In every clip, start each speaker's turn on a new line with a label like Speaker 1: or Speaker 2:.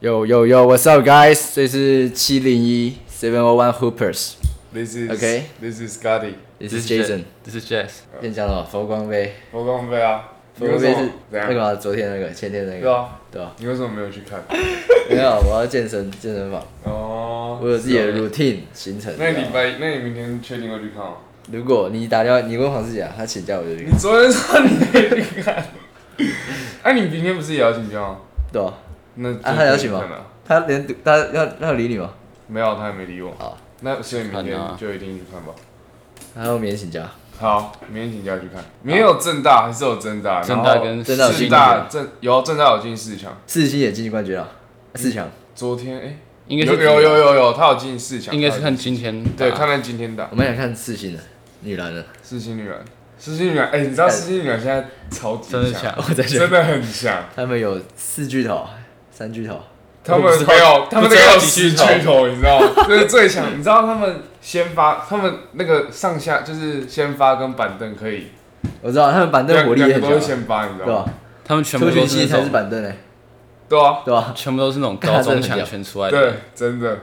Speaker 1: Yo yo yo，What's up guys？这是七零一 Seven O One Hoopers，
Speaker 2: This is
Speaker 1: Okay.
Speaker 2: This is Scotty，
Speaker 1: 这是
Speaker 3: ，This is
Speaker 1: Jason。
Speaker 3: Jason，This is Jazz。
Speaker 1: 先讲了佛光杯，
Speaker 2: 佛光飞啊，你
Speaker 1: 佛
Speaker 2: 为
Speaker 1: 光
Speaker 2: 什
Speaker 1: 杯
Speaker 2: 么
Speaker 1: 是
Speaker 2: 怎
Speaker 1: 那个
Speaker 2: 样？
Speaker 1: 嘛昨天那个，前天那
Speaker 2: 对
Speaker 1: 个，
Speaker 2: 啊，
Speaker 1: 对吧？
Speaker 2: 你为什么没有去看？
Speaker 1: 没有，啊我要健身健身房，
Speaker 2: 哦，
Speaker 1: 我有自己的
Speaker 2: 是哦
Speaker 1: routine 行程。
Speaker 2: 那
Speaker 1: 你知
Speaker 2: 你
Speaker 1: 道
Speaker 2: 礼
Speaker 1: 吗
Speaker 2: 拜，那你明天确定会去看吗？
Speaker 1: 如果你打电话，你问黄志啊雅，他请假我就去
Speaker 2: 你，昨天说你可以去看， 哎，你明天不是也要请假吗？
Speaker 1: 对吧？
Speaker 2: 那就
Speaker 1: 啊他邀请吗
Speaker 2: 可以看了？
Speaker 1: 他连读他要他要理你吗？
Speaker 2: 没有，他也没理我。
Speaker 1: 好，
Speaker 2: 那所以明
Speaker 3: 去看啊
Speaker 2: 天就一定去看吧。
Speaker 1: 他要明天请假，
Speaker 2: 好，明天请假去看。明天有正大，还是有正大？
Speaker 3: 正大
Speaker 2: 然后
Speaker 3: 跟
Speaker 1: 正大有
Speaker 2: 四
Speaker 1: 进
Speaker 2: 大正有正大有进四强。
Speaker 1: 四星也进冠军了，四强。
Speaker 2: 昨天哎，
Speaker 3: 应该
Speaker 2: 有
Speaker 3: 是
Speaker 2: 有有有有，他有进四强。
Speaker 3: 应该是
Speaker 2: 他有
Speaker 3: 看
Speaker 2: 进
Speaker 3: 今天打，
Speaker 2: 对，看看今天打
Speaker 1: 我们想看四星的女篮的，
Speaker 2: 四星女篮。四星女篮，哎，你知道四星女篮现在超级
Speaker 3: 真的
Speaker 2: 强
Speaker 3: 强，
Speaker 1: 我在这
Speaker 2: 真，的很强。
Speaker 1: 他们有四巨头，三巨头，
Speaker 2: 他们
Speaker 3: 我不知道
Speaker 2: 没有，他们那个有
Speaker 3: 不知
Speaker 2: 十
Speaker 3: 道
Speaker 2: 巨头，你知道吗？这是最强。你知道他们先发，他们那个上下就是先发跟板凳可以，
Speaker 1: 我知道他们板凳
Speaker 2: 两
Speaker 1: 火力
Speaker 2: 两
Speaker 1: 也
Speaker 2: 个
Speaker 1: 很
Speaker 2: 都
Speaker 1: 强
Speaker 2: 是
Speaker 1: 啊，
Speaker 2: 先发，你知
Speaker 1: 对
Speaker 2: 道吗？
Speaker 1: 吧？
Speaker 3: 他们全部
Speaker 1: 邱
Speaker 3: 都
Speaker 1: 群
Speaker 3: 是那
Speaker 1: 熙才是
Speaker 3: 种，
Speaker 1: 板凳哎，
Speaker 2: 对啊，
Speaker 1: 对吧？
Speaker 3: 全部都是那种
Speaker 1: 看
Speaker 3: 高
Speaker 1: 他真的
Speaker 3: 中
Speaker 1: 很
Speaker 3: 强
Speaker 1: 屌
Speaker 3: 选出来
Speaker 2: 对
Speaker 3: 的。，
Speaker 2: 真的，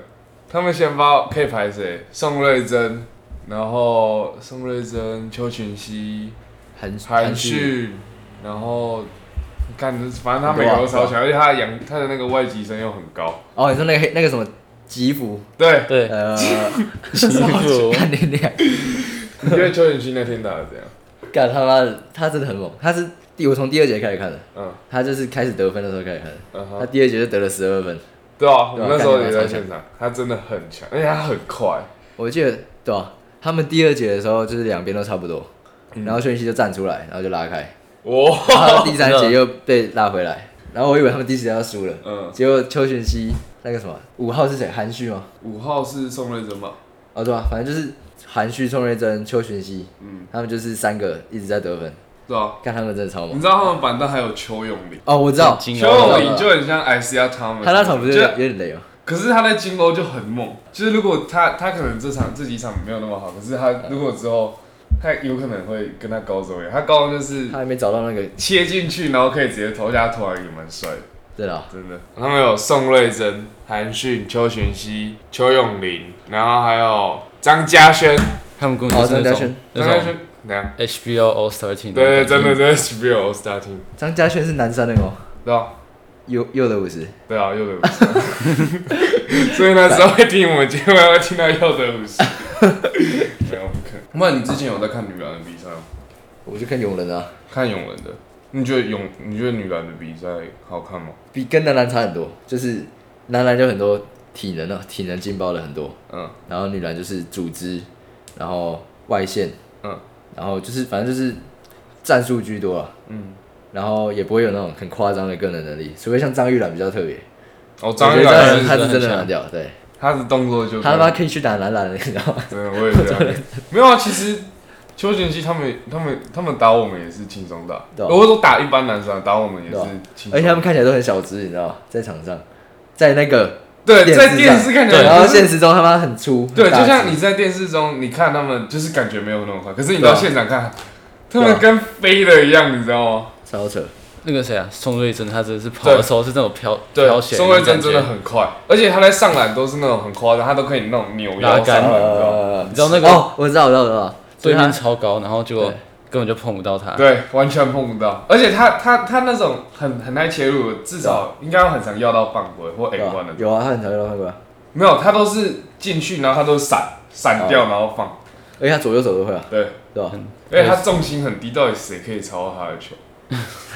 Speaker 2: 他们先发可以排谁？宋瑞珍，然后宋瑞珍、邱群熙、
Speaker 1: 韩
Speaker 2: 韩
Speaker 1: 旭，
Speaker 2: 旭，然后看，反正他每个都超强，而且他的洋他的那个外籍生又很高。
Speaker 1: 哦，你说那个黑那个什么吉福，
Speaker 2: 对，
Speaker 3: 对，
Speaker 1: 呃，
Speaker 3: 吉福
Speaker 1: 看你俩，
Speaker 2: 你觉得邱群熙那天打的怎样？
Speaker 1: 干他妈的，他真的很猛，他是第我从第二节开始看的，
Speaker 2: 嗯
Speaker 1: 他就是开始得分的时候开始看的，
Speaker 2: 嗯
Speaker 1: 他
Speaker 2: 哼，
Speaker 1: 第二节就得了十二分，
Speaker 2: 对啊，
Speaker 1: Uh-huh
Speaker 2: 我
Speaker 1: 对啊
Speaker 2: 们那时候
Speaker 1: 看
Speaker 2: 也
Speaker 1: 起来
Speaker 2: 在
Speaker 1: 超强
Speaker 2: 现场，他真的很强，而且他很快。
Speaker 1: 我记得对吧？他们第二节的时候就是两边都差不多，
Speaker 2: 嗯
Speaker 1: 然后邱群熙就站出来，然后就 拉开，
Speaker 2: 哇，
Speaker 1: 然后第三节又被拉回来，然后我以为他们第四节要输了，
Speaker 2: 嗯，
Speaker 1: 结果邱玄熙那个什么五号是谁？韩旭吗？
Speaker 2: 五号是宋瑞珍吧？
Speaker 1: 哦对啊，反正就是韩旭、宋瑞珍、邱玄熙，
Speaker 2: 嗯，
Speaker 1: 他们就是三个一直在得分，
Speaker 2: 对啊，
Speaker 1: 看他们真的超
Speaker 2: 你
Speaker 1: 猛
Speaker 2: 知。道他们板凳还有邱永林，
Speaker 1: 哦，我知道，
Speaker 3: 金
Speaker 2: 邱
Speaker 1: 我
Speaker 2: 永
Speaker 1: 知
Speaker 2: 林
Speaker 1: 道
Speaker 2: 就很像 ICR 他们，
Speaker 1: 他那场不是有
Speaker 2: 就
Speaker 1: 点有点雷吗？
Speaker 2: 可是他在金欧就很猛，就是如果他他可能这场这几场没有那么好，可是他如果之后他有可能会跟他高中一样，他高中就是
Speaker 1: 他还没找到那个，
Speaker 2: 切进去，然后可以直接投下，投篮也蛮帅的。
Speaker 1: 对啊啦，
Speaker 2: 真的，他们有宋瑞珍、韩讯、邱群熙、邱永林，然后还有张家轩，
Speaker 3: 他们根本就是
Speaker 1: 哦张
Speaker 3: 那
Speaker 1: 家
Speaker 3: 种
Speaker 1: 轩
Speaker 2: 张
Speaker 3: 那
Speaker 2: 家
Speaker 3: 种
Speaker 2: 轩怎样？
Speaker 3: HBO All Star Team。
Speaker 2: 对对，真的，真的 是 b l Star Team，
Speaker 1: 张家轩是南山的吗？
Speaker 2: 对 啊，
Speaker 1: 右右的五十，
Speaker 2: 对啊，右德五十，所以那时候会听我们节目，会听到右德五十，没有不可能。那你之前有在看女篮的比赛吗？
Speaker 1: 我就看永仁啊，
Speaker 2: 看永文的，你觉得永你觉得女篮的比赛好看吗？
Speaker 1: 比跟男篮差很多，就是男篮就很多体能啊，体能劲爆了很多，
Speaker 2: 嗯，
Speaker 1: 然后女篮就是组织，然后外线，
Speaker 2: 嗯，
Speaker 1: 然后就是反正就是战术居多啊，
Speaker 2: 嗯，
Speaker 1: 然后也不会有那种很夸张的个人能力，除非像张玉兰比较特别，
Speaker 2: 哦，
Speaker 1: 我
Speaker 2: 张
Speaker 1: 觉
Speaker 2: 玉
Speaker 1: 得
Speaker 2: 兰
Speaker 1: 兰
Speaker 2: 是嗯
Speaker 1: 她是
Speaker 3: 真的
Speaker 1: 真的
Speaker 3: 很
Speaker 1: 很屌，对，
Speaker 2: 他的动作就
Speaker 1: 她他妈可以去打男篮的，你知道 吗？
Speaker 2: 真的，我也这 样。没有啊，其实邱俊熙他们、他们、他们打我们也是轻松打，
Speaker 1: 对啊
Speaker 2: 我都打一般男生啊，打我们也是
Speaker 1: 对啊
Speaker 2: 轻松。
Speaker 1: 而且他们看起来都很小只，你知道吗？在场上，在那个
Speaker 2: 对在
Speaker 1: 上
Speaker 2: 电视看起来，
Speaker 1: 对然后
Speaker 2: 就是
Speaker 1: 现实中他妈很粗，
Speaker 2: 对，
Speaker 1: 很大
Speaker 2: 就像
Speaker 1: 只
Speaker 2: 你在电视中你看他们，就是感觉没有那么快，可是你
Speaker 1: 对啊
Speaker 2: 到现场看，他
Speaker 1: 对
Speaker 2: 们
Speaker 1: 啊
Speaker 2: 跟飞的一样，你知道吗？
Speaker 1: 超扯，
Speaker 3: 那个谁啊，宋瑞珍，他真的是跑的时候是那种飘
Speaker 1: 啊
Speaker 3: 飘
Speaker 2: 对，
Speaker 3: 起来
Speaker 2: 宋
Speaker 3: 那
Speaker 2: 慧
Speaker 3: 种感
Speaker 2: 珍
Speaker 3: 觉
Speaker 2: 真的很快，而且他在上篮都是那种很夸张，他都可以那种扭腰
Speaker 3: 拉
Speaker 2: 上
Speaker 3: 杆
Speaker 2: 篮，你知道吗？
Speaker 1: 呃
Speaker 3: 你知道那个
Speaker 1: 哦，我知道，我知道，我知道，所
Speaker 3: 对
Speaker 1: 以
Speaker 3: 面
Speaker 1: 他
Speaker 3: 超高，然后结果
Speaker 1: 对
Speaker 3: 根本就碰不到
Speaker 1: 呃
Speaker 3: 他。
Speaker 2: 对，完全碰不到，而且他他他那种很很爱切入，至少应该很常要到犯规或 A
Speaker 1: 啊对
Speaker 2: one
Speaker 1: 啊
Speaker 2: 的
Speaker 1: 有啊，他很常遇到犯规啊，
Speaker 2: 没有，他都是进去，然后他都闪闪掉，然后放。
Speaker 1: 而且他左右手都会啊，
Speaker 2: 对，
Speaker 1: 对吧？
Speaker 2: 而且他重心很低，到底谁可以超到他的球？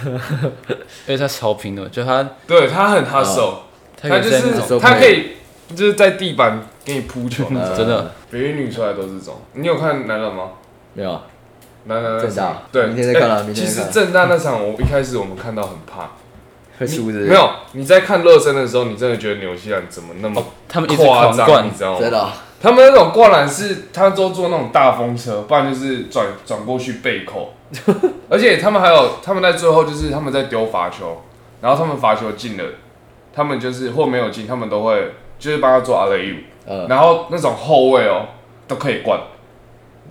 Speaker 3: 而且他超平的，就他
Speaker 2: 对他很 hustle，
Speaker 3: 他可以嗯
Speaker 2: 他就
Speaker 3: 在那种
Speaker 2: 是他可以就是在地板给你铺球。
Speaker 1: 呃
Speaker 3: 真的
Speaker 2: 北一女出来都是这种。你有看男篮吗？
Speaker 1: 没有啊，
Speaker 2: 男篮那
Speaker 1: 正
Speaker 2: 场
Speaker 1: 大
Speaker 2: 对，
Speaker 1: 明天再看啦
Speaker 2: 哎
Speaker 1: 明天
Speaker 2: 其
Speaker 1: 再看
Speaker 2: 实正大那场，我一开始我们看到很怕，
Speaker 1: 会输的，
Speaker 2: 没有。你在看热身的时候，你真的觉得纽西兰怎么那么
Speaker 3: 哦，他们一直
Speaker 2: 夸
Speaker 3: 狂
Speaker 2: 张，
Speaker 3: 灌
Speaker 2: 你，知道吗
Speaker 1: 真？的啊。
Speaker 2: 他们那种灌篮是，他都做那种大风车，不然就是转转过去 背扣，而且他们还有他们在最后就是他们在丢罚球，然后他们罚球进了，他们就是或没有进，他们都会就是帮他做 R U，、
Speaker 1: 呃
Speaker 2: 然后那种后卫哦都可以灌，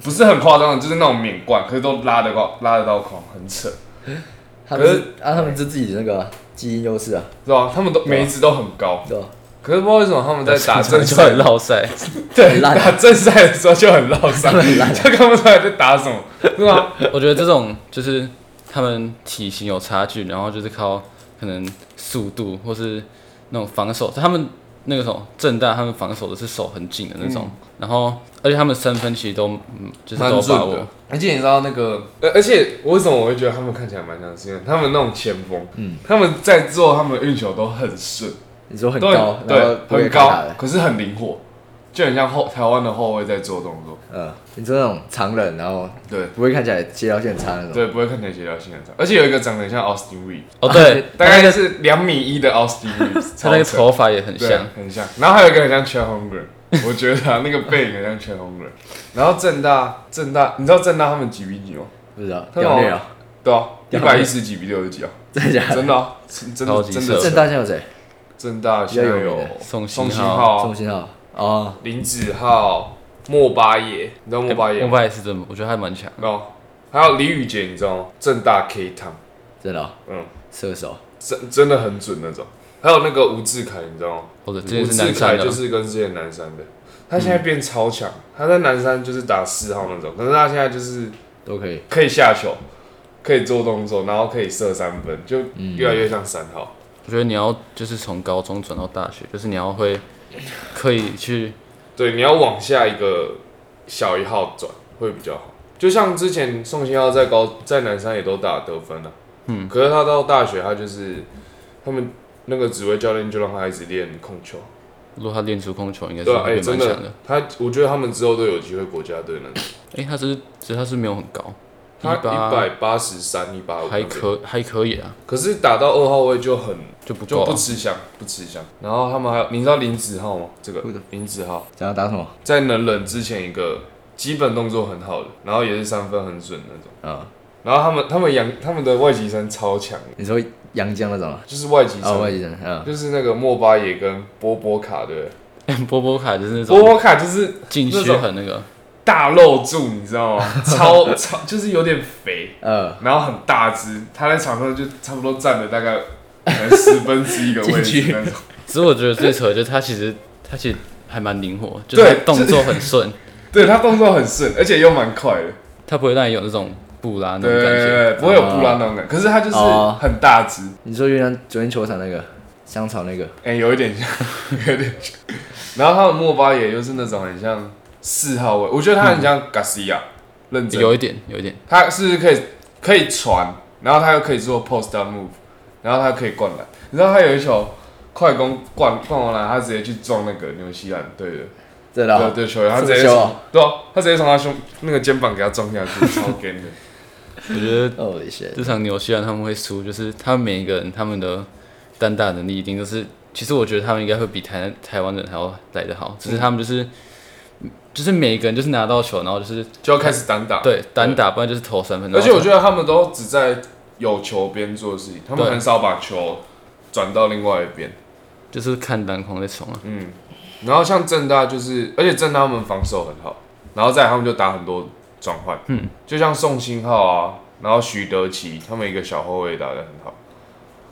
Speaker 2: 不是很夸张的，就是那种免灌，可是都拉得到拉得到框，很扯。
Speaker 1: 他们
Speaker 2: 可
Speaker 1: 是
Speaker 2: 是
Speaker 1: 啊，他们是自己的那个啊基因优势啊，
Speaker 2: 是吧？他们都每一只都很高，
Speaker 1: 对吧？
Speaker 2: 可是不知道为什么他们在 打正
Speaker 3: 就
Speaker 2: 赛
Speaker 3: 很，绕赛，
Speaker 2: 对，
Speaker 1: 很烂
Speaker 2: 打正赛的时候就很落赛，
Speaker 1: 很 烂啊
Speaker 2: 就看不出来在打什么，是吧？
Speaker 3: 我觉得这种就是他们体型有差距，然后就是靠可能速度或是那种防守，他们那个什么正大，他们防守的是手很紧的那种，
Speaker 2: 嗯
Speaker 3: 然后而且他们三分其实都嗯就是
Speaker 2: 蛮
Speaker 3: 都有
Speaker 2: 准
Speaker 3: 把
Speaker 2: 的
Speaker 3: 握，。
Speaker 2: 而且你知道那个，呃，而且我为什么我会觉得他们看起来蛮像，是因为他们那种前锋，嗯，他们在做他们的运球都很顺，
Speaker 1: 你说很
Speaker 2: 都
Speaker 1: 高，
Speaker 2: 很
Speaker 1: 然后
Speaker 2: 对，
Speaker 1: 不会
Speaker 2: 很
Speaker 1: 看
Speaker 2: 高
Speaker 1: 他的，，
Speaker 2: 可是很灵活，就很像后台湾的后卫在做动作，
Speaker 1: 嗯，你说那种常人，然后
Speaker 2: 对
Speaker 1: 不会看起来协调性很差那种，
Speaker 2: 对，不会看起来协调性很差。而且有一个长得很像 Austin Reed，
Speaker 3: 哦对，
Speaker 2: 大概是两米一的 Austin Reed，
Speaker 3: 他那个
Speaker 2: 超扯
Speaker 3: 头发也很
Speaker 2: 对
Speaker 3: 像，
Speaker 2: 很像。然后还有一个很像 c h a Hunger，我觉得他那个背影很像 c h a Hunger。然后正大正大，你知道正大他们几比几吗？
Speaker 1: 不知道
Speaker 2: 他
Speaker 1: 屌虐
Speaker 2: 老
Speaker 1: 啊，
Speaker 2: 对啊，一
Speaker 1: 两
Speaker 2: 百
Speaker 1: 百
Speaker 2: 一十几比六十几啊，
Speaker 1: 真的假的？
Speaker 2: 真的啊，真真
Speaker 3: 超
Speaker 2: 的
Speaker 3: 级
Speaker 2: 真
Speaker 3: 色
Speaker 2: 的
Speaker 1: 正大现在有谁？
Speaker 2: 正大现在
Speaker 1: 比较有
Speaker 2: 有
Speaker 1: 名的
Speaker 3: 宋
Speaker 2: 宋
Speaker 3: 新
Speaker 2: 新
Speaker 3: 浩
Speaker 2: 浩
Speaker 1: 宋新浩哦，
Speaker 2: 林子浩、莫巴野，你知道莫巴野
Speaker 3: 我
Speaker 2: 吗？
Speaker 3: 爸也是真的，我觉得他蛮强。
Speaker 2: 哦，还有李宇杰，你知道吗？正大 K 汤，
Speaker 1: 真的哦，
Speaker 2: 嗯，
Speaker 1: 射手，
Speaker 2: 真真的很准那种。还有那个吴志凯，你知道吗？
Speaker 3: 或者这
Speaker 2: 吴
Speaker 3: 也是
Speaker 2: 志
Speaker 3: 南
Speaker 2: 凯
Speaker 3: 山的嗯
Speaker 2: 就，是跟之前南山的，他现在变超强，他在南山就是打四号那种，可是他现在就是
Speaker 1: 都可以，
Speaker 2: 可以下球，可以做动作，然后可以射三分，就
Speaker 3: 嗯
Speaker 2: 越来越像三号。
Speaker 3: 我觉得你要就是从高中转到大学，就是你要会可以去
Speaker 2: 对，你要往下一个小一号转会比较好。就像之前宋新浩在高在南山也都打得分了、嗯，可是他到大学他就是他们那个指挥教练就让他一直练控球，
Speaker 3: 如果他练出控球，应该是
Speaker 2: 对啊，哎、
Speaker 3: 会
Speaker 2: 真
Speaker 3: 蛮强
Speaker 2: 的
Speaker 3: 的。，
Speaker 2: 他我觉得他们之后都有机会国家队能
Speaker 3: 哎、他只是只是他是没有很高，180
Speaker 2: 他一百八十三、一八五，
Speaker 3: 还可还可以啊，
Speaker 2: 可是打到二号位就很
Speaker 3: 就不够、
Speaker 2: 就
Speaker 3: 啊
Speaker 2: 不。吃香，不吃香。然后他们还有，你知道林子浩吗？这个
Speaker 1: 不知道
Speaker 2: 林子浩
Speaker 1: 想要打什么？
Speaker 2: 在能忍之前一个基本动作很好的，然后也是三分很准那种。
Speaker 1: 啊，
Speaker 2: 然后他们他们洋他们的外籍生超强的，
Speaker 1: 你说杨江那种啊？
Speaker 2: 就是外籍
Speaker 1: 哦，外
Speaker 2: 生，
Speaker 1: 籍人，嗯，
Speaker 2: 就是那个莫巴也跟波波卡对不对，
Speaker 3: 波波卡就是那
Speaker 2: 波
Speaker 3: 种
Speaker 2: 波卡就是
Speaker 3: 禁区很那个，
Speaker 2: 大肉柱，你知道吗？ 超超就是有点肥，
Speaker 1: 呃，
Speaker 2: 然后很大只，他在场上就差不多占了大概可能十分之一个位
Speaker 1: 禁
Speaker 2: 置
Speaker 1: 区
Speaker 2: 那种。
Speaker 3: 只是我觉得最扯的就是他其实他其实还蛮灵活，就
Speaker 2: 对
Speaker 3: 是他动作很顺，
Speaker 2: 对他动作很顺，而且又蛮快的，
Speaker 3: 他不会让你有那种布拉那
Speaker 2: 对
Speaker 3: 种感
Speaker 2: 对
Speaker 3: 觉。
Speaker 2: 对，不会有布拉那种感觉。可是他就是
Speaker 1: 哦
Speaker 2: 很大只，
Speaker 1: 你说原来昨天球场那个香草那个，
Speaker 2: 哎、有一点像，有一点像。然后他的莫巴也就是那种很像四号位，我觉得他很
Speaker 1: 嗯
Speaker 2: 像 Garcia，、认真，
Speaker 3: 有一点，有一点，
Speaker 2: 他是可以可以传，然后他又可以做 post up move，然后他可以灌篮。你知道他有一球快攻灌灌完篮，他直接去撞那个纽西兰队的
Speaker 1: 真的
Speaker 2: 对
Speaker 1: 哦，
Speaker 2: 对球员，他直接
Speaker 1: 这么凶
Speaker 2: 从
Speaker 1: 啊
Speaker 2: 对啊，他直接从他胸那个肩膀给他撞下 去，超 g 的。
Speaker 3: 我觉得
Speaker 1: 哦，一些，
Speaker 3: 这场纽西兰他们会输，就是他们每一个人他们的单打能力一定都是，其实我觉得他们应该会比台台湾人还要来得好，只
Speaker 2: 嗯
Speaker 3: 是他们就是。就是每一个人就是拿到球，然后就是
Speaker 2: 就要开始单打。
Speaker 3: 对单打，不然就是投三分。
Speaker 2: 而且我
Speaker 3: 得
Speaker 2: 觉得他们都只在有球边做事情，他们
Speaker 3: 对
Speaker 2: 很少把球转到另外一边。
Speaker 3: 就是看篮筐在冲啊，
Speaker 2: 嗯，然后像正大就是，而且正大他们防守很好，然后再来他们就打很多转换，嗯，就像宋新浩啊，然后徐德奇他们一个小后卫打得很好。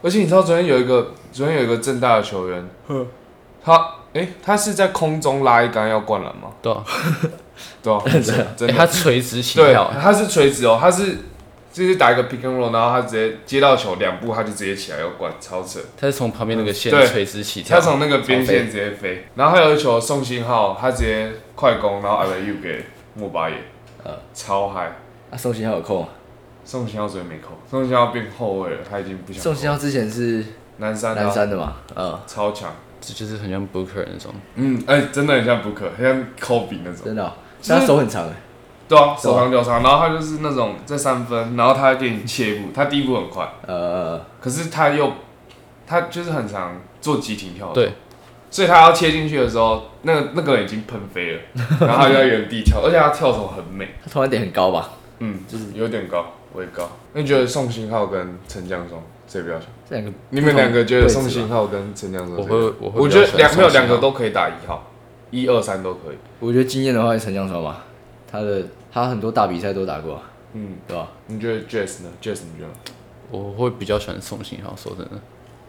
Speaker 2: 而且你知道昨天有一个，昨天有一个正大的球员，
Speaker 3: 嗯
Speaker 2: 他诶，他是在空中拉一杆要灌篮吗？
Speaker 3: 对啊，
Speaker 2: 对 啊，真
Speaker 3: 哎、
Speaker 2: 的，
Speaker 3: 他垂直起
Speaker 2: 对
Speaker 3: 跳，，
Speaker 2: 他是垂直哦，他是就是打一个 pick and roll，然后他直接接到球两步，他就直接起来要灌，超扯。
Speaker 3: 他是从旁边那个线
Speaker 2: 嗯对
Speaker 3: 垂直起跳
Speaker 2: 他，从那个边线直接飞，然后还有一球宋新浩，他直接快攻，然后 I U 给莫巴野，
Speaker 1: 嗯
Speaker 2: 呃，超嗨。
Speaker 1: 啊，宋新浩有空吗，
Speaker 2: 宋新浩昨天没扣，宋新浩变后卫了，他已经不想扣。
Speaker 1: 宋新浩之前是
Speaker 2: 南山啊
Speaker 1: 南山的嘛，嗯，
Speaker 2: 超强，
Speaker 3: 这就是很像 Booker 那种，
Speaker 2: 嗯，哎、真的很像 Booker，很像 Kobe 那种。
Speaker 1: 真的哦，
Speaker 2: 就是
Speaker 1: 他手很长，哎
Speaker 2: 对啊，手长脚长，然后他就是那种在三分，然后他给你切入，他第一步很快。
Speaker 1: 呃，
Speaker 2: 可是他又，他就是很常做集体跳，
Speaker 3: 对，
Speaker 2: 所以他要切进去的时候，那个那个人已经喷飞了，然后他就在原地跳，而且他跳投很美，
Speaker 1: 他投篮点很高吧？
Speaker 2: 嗯，
Speaker 1: 就是
Speaker 2: 有点高，我也高。那你觉得宋新浩跟陈江松谁比较强？
Speaker 1: 这两个，
Speaker 2: 你们两个觉得宋
Speaker 1: 新
Speaker 2: 新，浩跟陈江松谁
Speaker 3: 我
Speaker 2: 比
Speaker 3: 会
Speaker 2: 较强？
Speaker 3: 我会
Speaker 2: 我
Speaker 3: 比
Speaker 2: 觉
Speaker 3: 较
Speaker 2: 得
Speaker 3: 喜欢
Speaker 2: 两没有
Speaker 3: 宋欣
Speaker 2: 两个
Speaker 3: 浩
Speaker 2: 都可以打一号，一二三都可以。
Speaker 1: 啊我觉得经验的话是陈江川吧，他的他很多大比赛都打过啊，
Speaker 2: 嗯，
Speaker 1: 对吧？
Speaker 2: 你觉得 Jazz 呢？Jazz 你觉得？
Speaker 3: 我会比较喜欢宋信浩，说真的，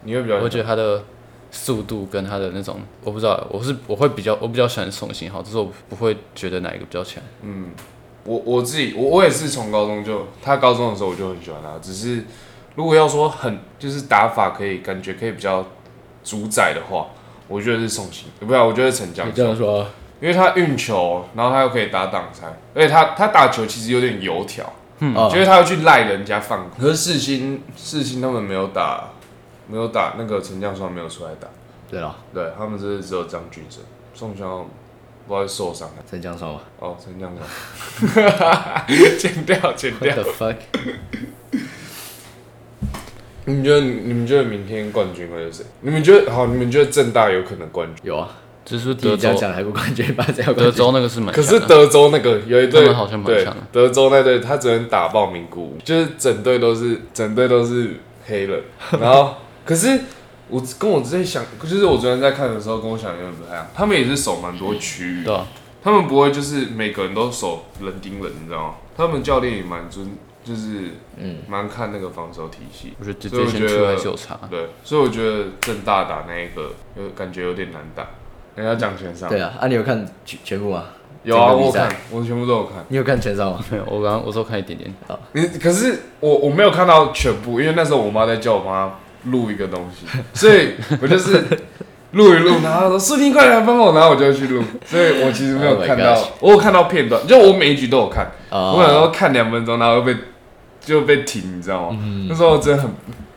Speaker 2: 你会比较
Speaker 3: 我会觉得他的速度跟他的那种，我不知道，我是我会比较我比较喜欢宋信浩，就是我不会觉得哪一个比较强。
Speaker 2: 我我自己，我我也是从高中就他高中的时候我就很喜欢他，只是如果要说很就是打法可以感觉可以比较主宰的话，我觉得是宋鑫，不要，我觉得是陈江
Speaker 1: 你，这样说，
Speaker 2: 因为他运球，然后他又可以打挡拆，而且他他打球其实有点油条，
Speaker 1: 嗯，
Speaker 2: 就是他要去赖人家放空。可是世新世新他们没有打，没有打那个陈江双没有出来打，
Speaker 1: 对了，
Speaker 2: 对他们就是只有张俊生、宋江，不知道是受伤了
Speaker 1: 陈江双吧
Speaker 2: 哦，陈江双， 剪掉剪掉
Speaker 1: ？What。the fuck？
Speaker 2: 你们觉得你们觉得明天冠军会是谁？你们觉得好？你们觉得正大有可能冠军？
Speaker 1: 有啊，
Speaker 3: 只是德
Speaker 1: 听你这样
Speaker 3: 州，
Speaker 1: 讲还不冠军吧？这样
Speaker 3: 德
Speaker 1: 冠军
Speaker 3: 州那个是蛮
Speaker 2: 可
Speaker 3: 强
Speaker 2: 是
Speaker 3: 的，
Speaker 2: 德州那个有一
Speaker 3: 他
Speaker 2: 队，
Speaker 3: 们好像蛮
Speaker 2: 对
Speaker 3: 强的，
Speaker 2: 德州那队他只能打爆名古屋，就是整队都是整队都是黑人。然后 可是我跟我之前想，就是我昨天在看的时候跟我想的有点不太一样，他们也是守蛮多区域的，
Speaker 3: 对啊，
Speaker 2: 他们不会就是每个人都守人盯人，你知道吗？他们教练也蛮尊，就是嗯
Speaker 1: 嗯
Speaker 2: 蛮看那个防守体系。
Speaker 3: 我觉得
Speaker 2: 所以
Speaker 3: 这
Speaker 2: 我
Speaker 3: 些
Speaker 2: 觉
Speaker 3: 出
Speaker 2: 得
Speaker 3: 还是有差。
Speaker 2: 对，所以我觉得正大打那一个有感觉有点难打，人家讲全上
Speaker 1: 对啊，啊，你有看全全部吗？
Speaker 2: 有
Speaker 1: 整
Speaker 2: 啊，
Speaker 1: 个
Speaker 2: 我
Speaker 1: 比
Speaker 2: 有
Speaker 1: 赛
Speaker 2: 看，我全部都有看。
Speaker 1: 你有看全上吗？
Speaker 3: 没有，我刚刚我说看一点点，
Speaker 2: 你可是我我没有看到全部，因为那时候我妈在叫我妈录一个东 西，所以我就是录一录，然后她说苏婷快来帮我，然后我就去录，所以我其实没有
Speaker 1: Oh my
Speaker 2: 看到
Speaker 1: gosh
Speaker 2: 我有看到片段，就我每一局都有看，我有时
Speaker 1: 啊，
Speaker 2: 候看两分钟，然后又被就被停，你知道吗？
Speaker 1: 嗯
Speaker 2: 那时候我真的很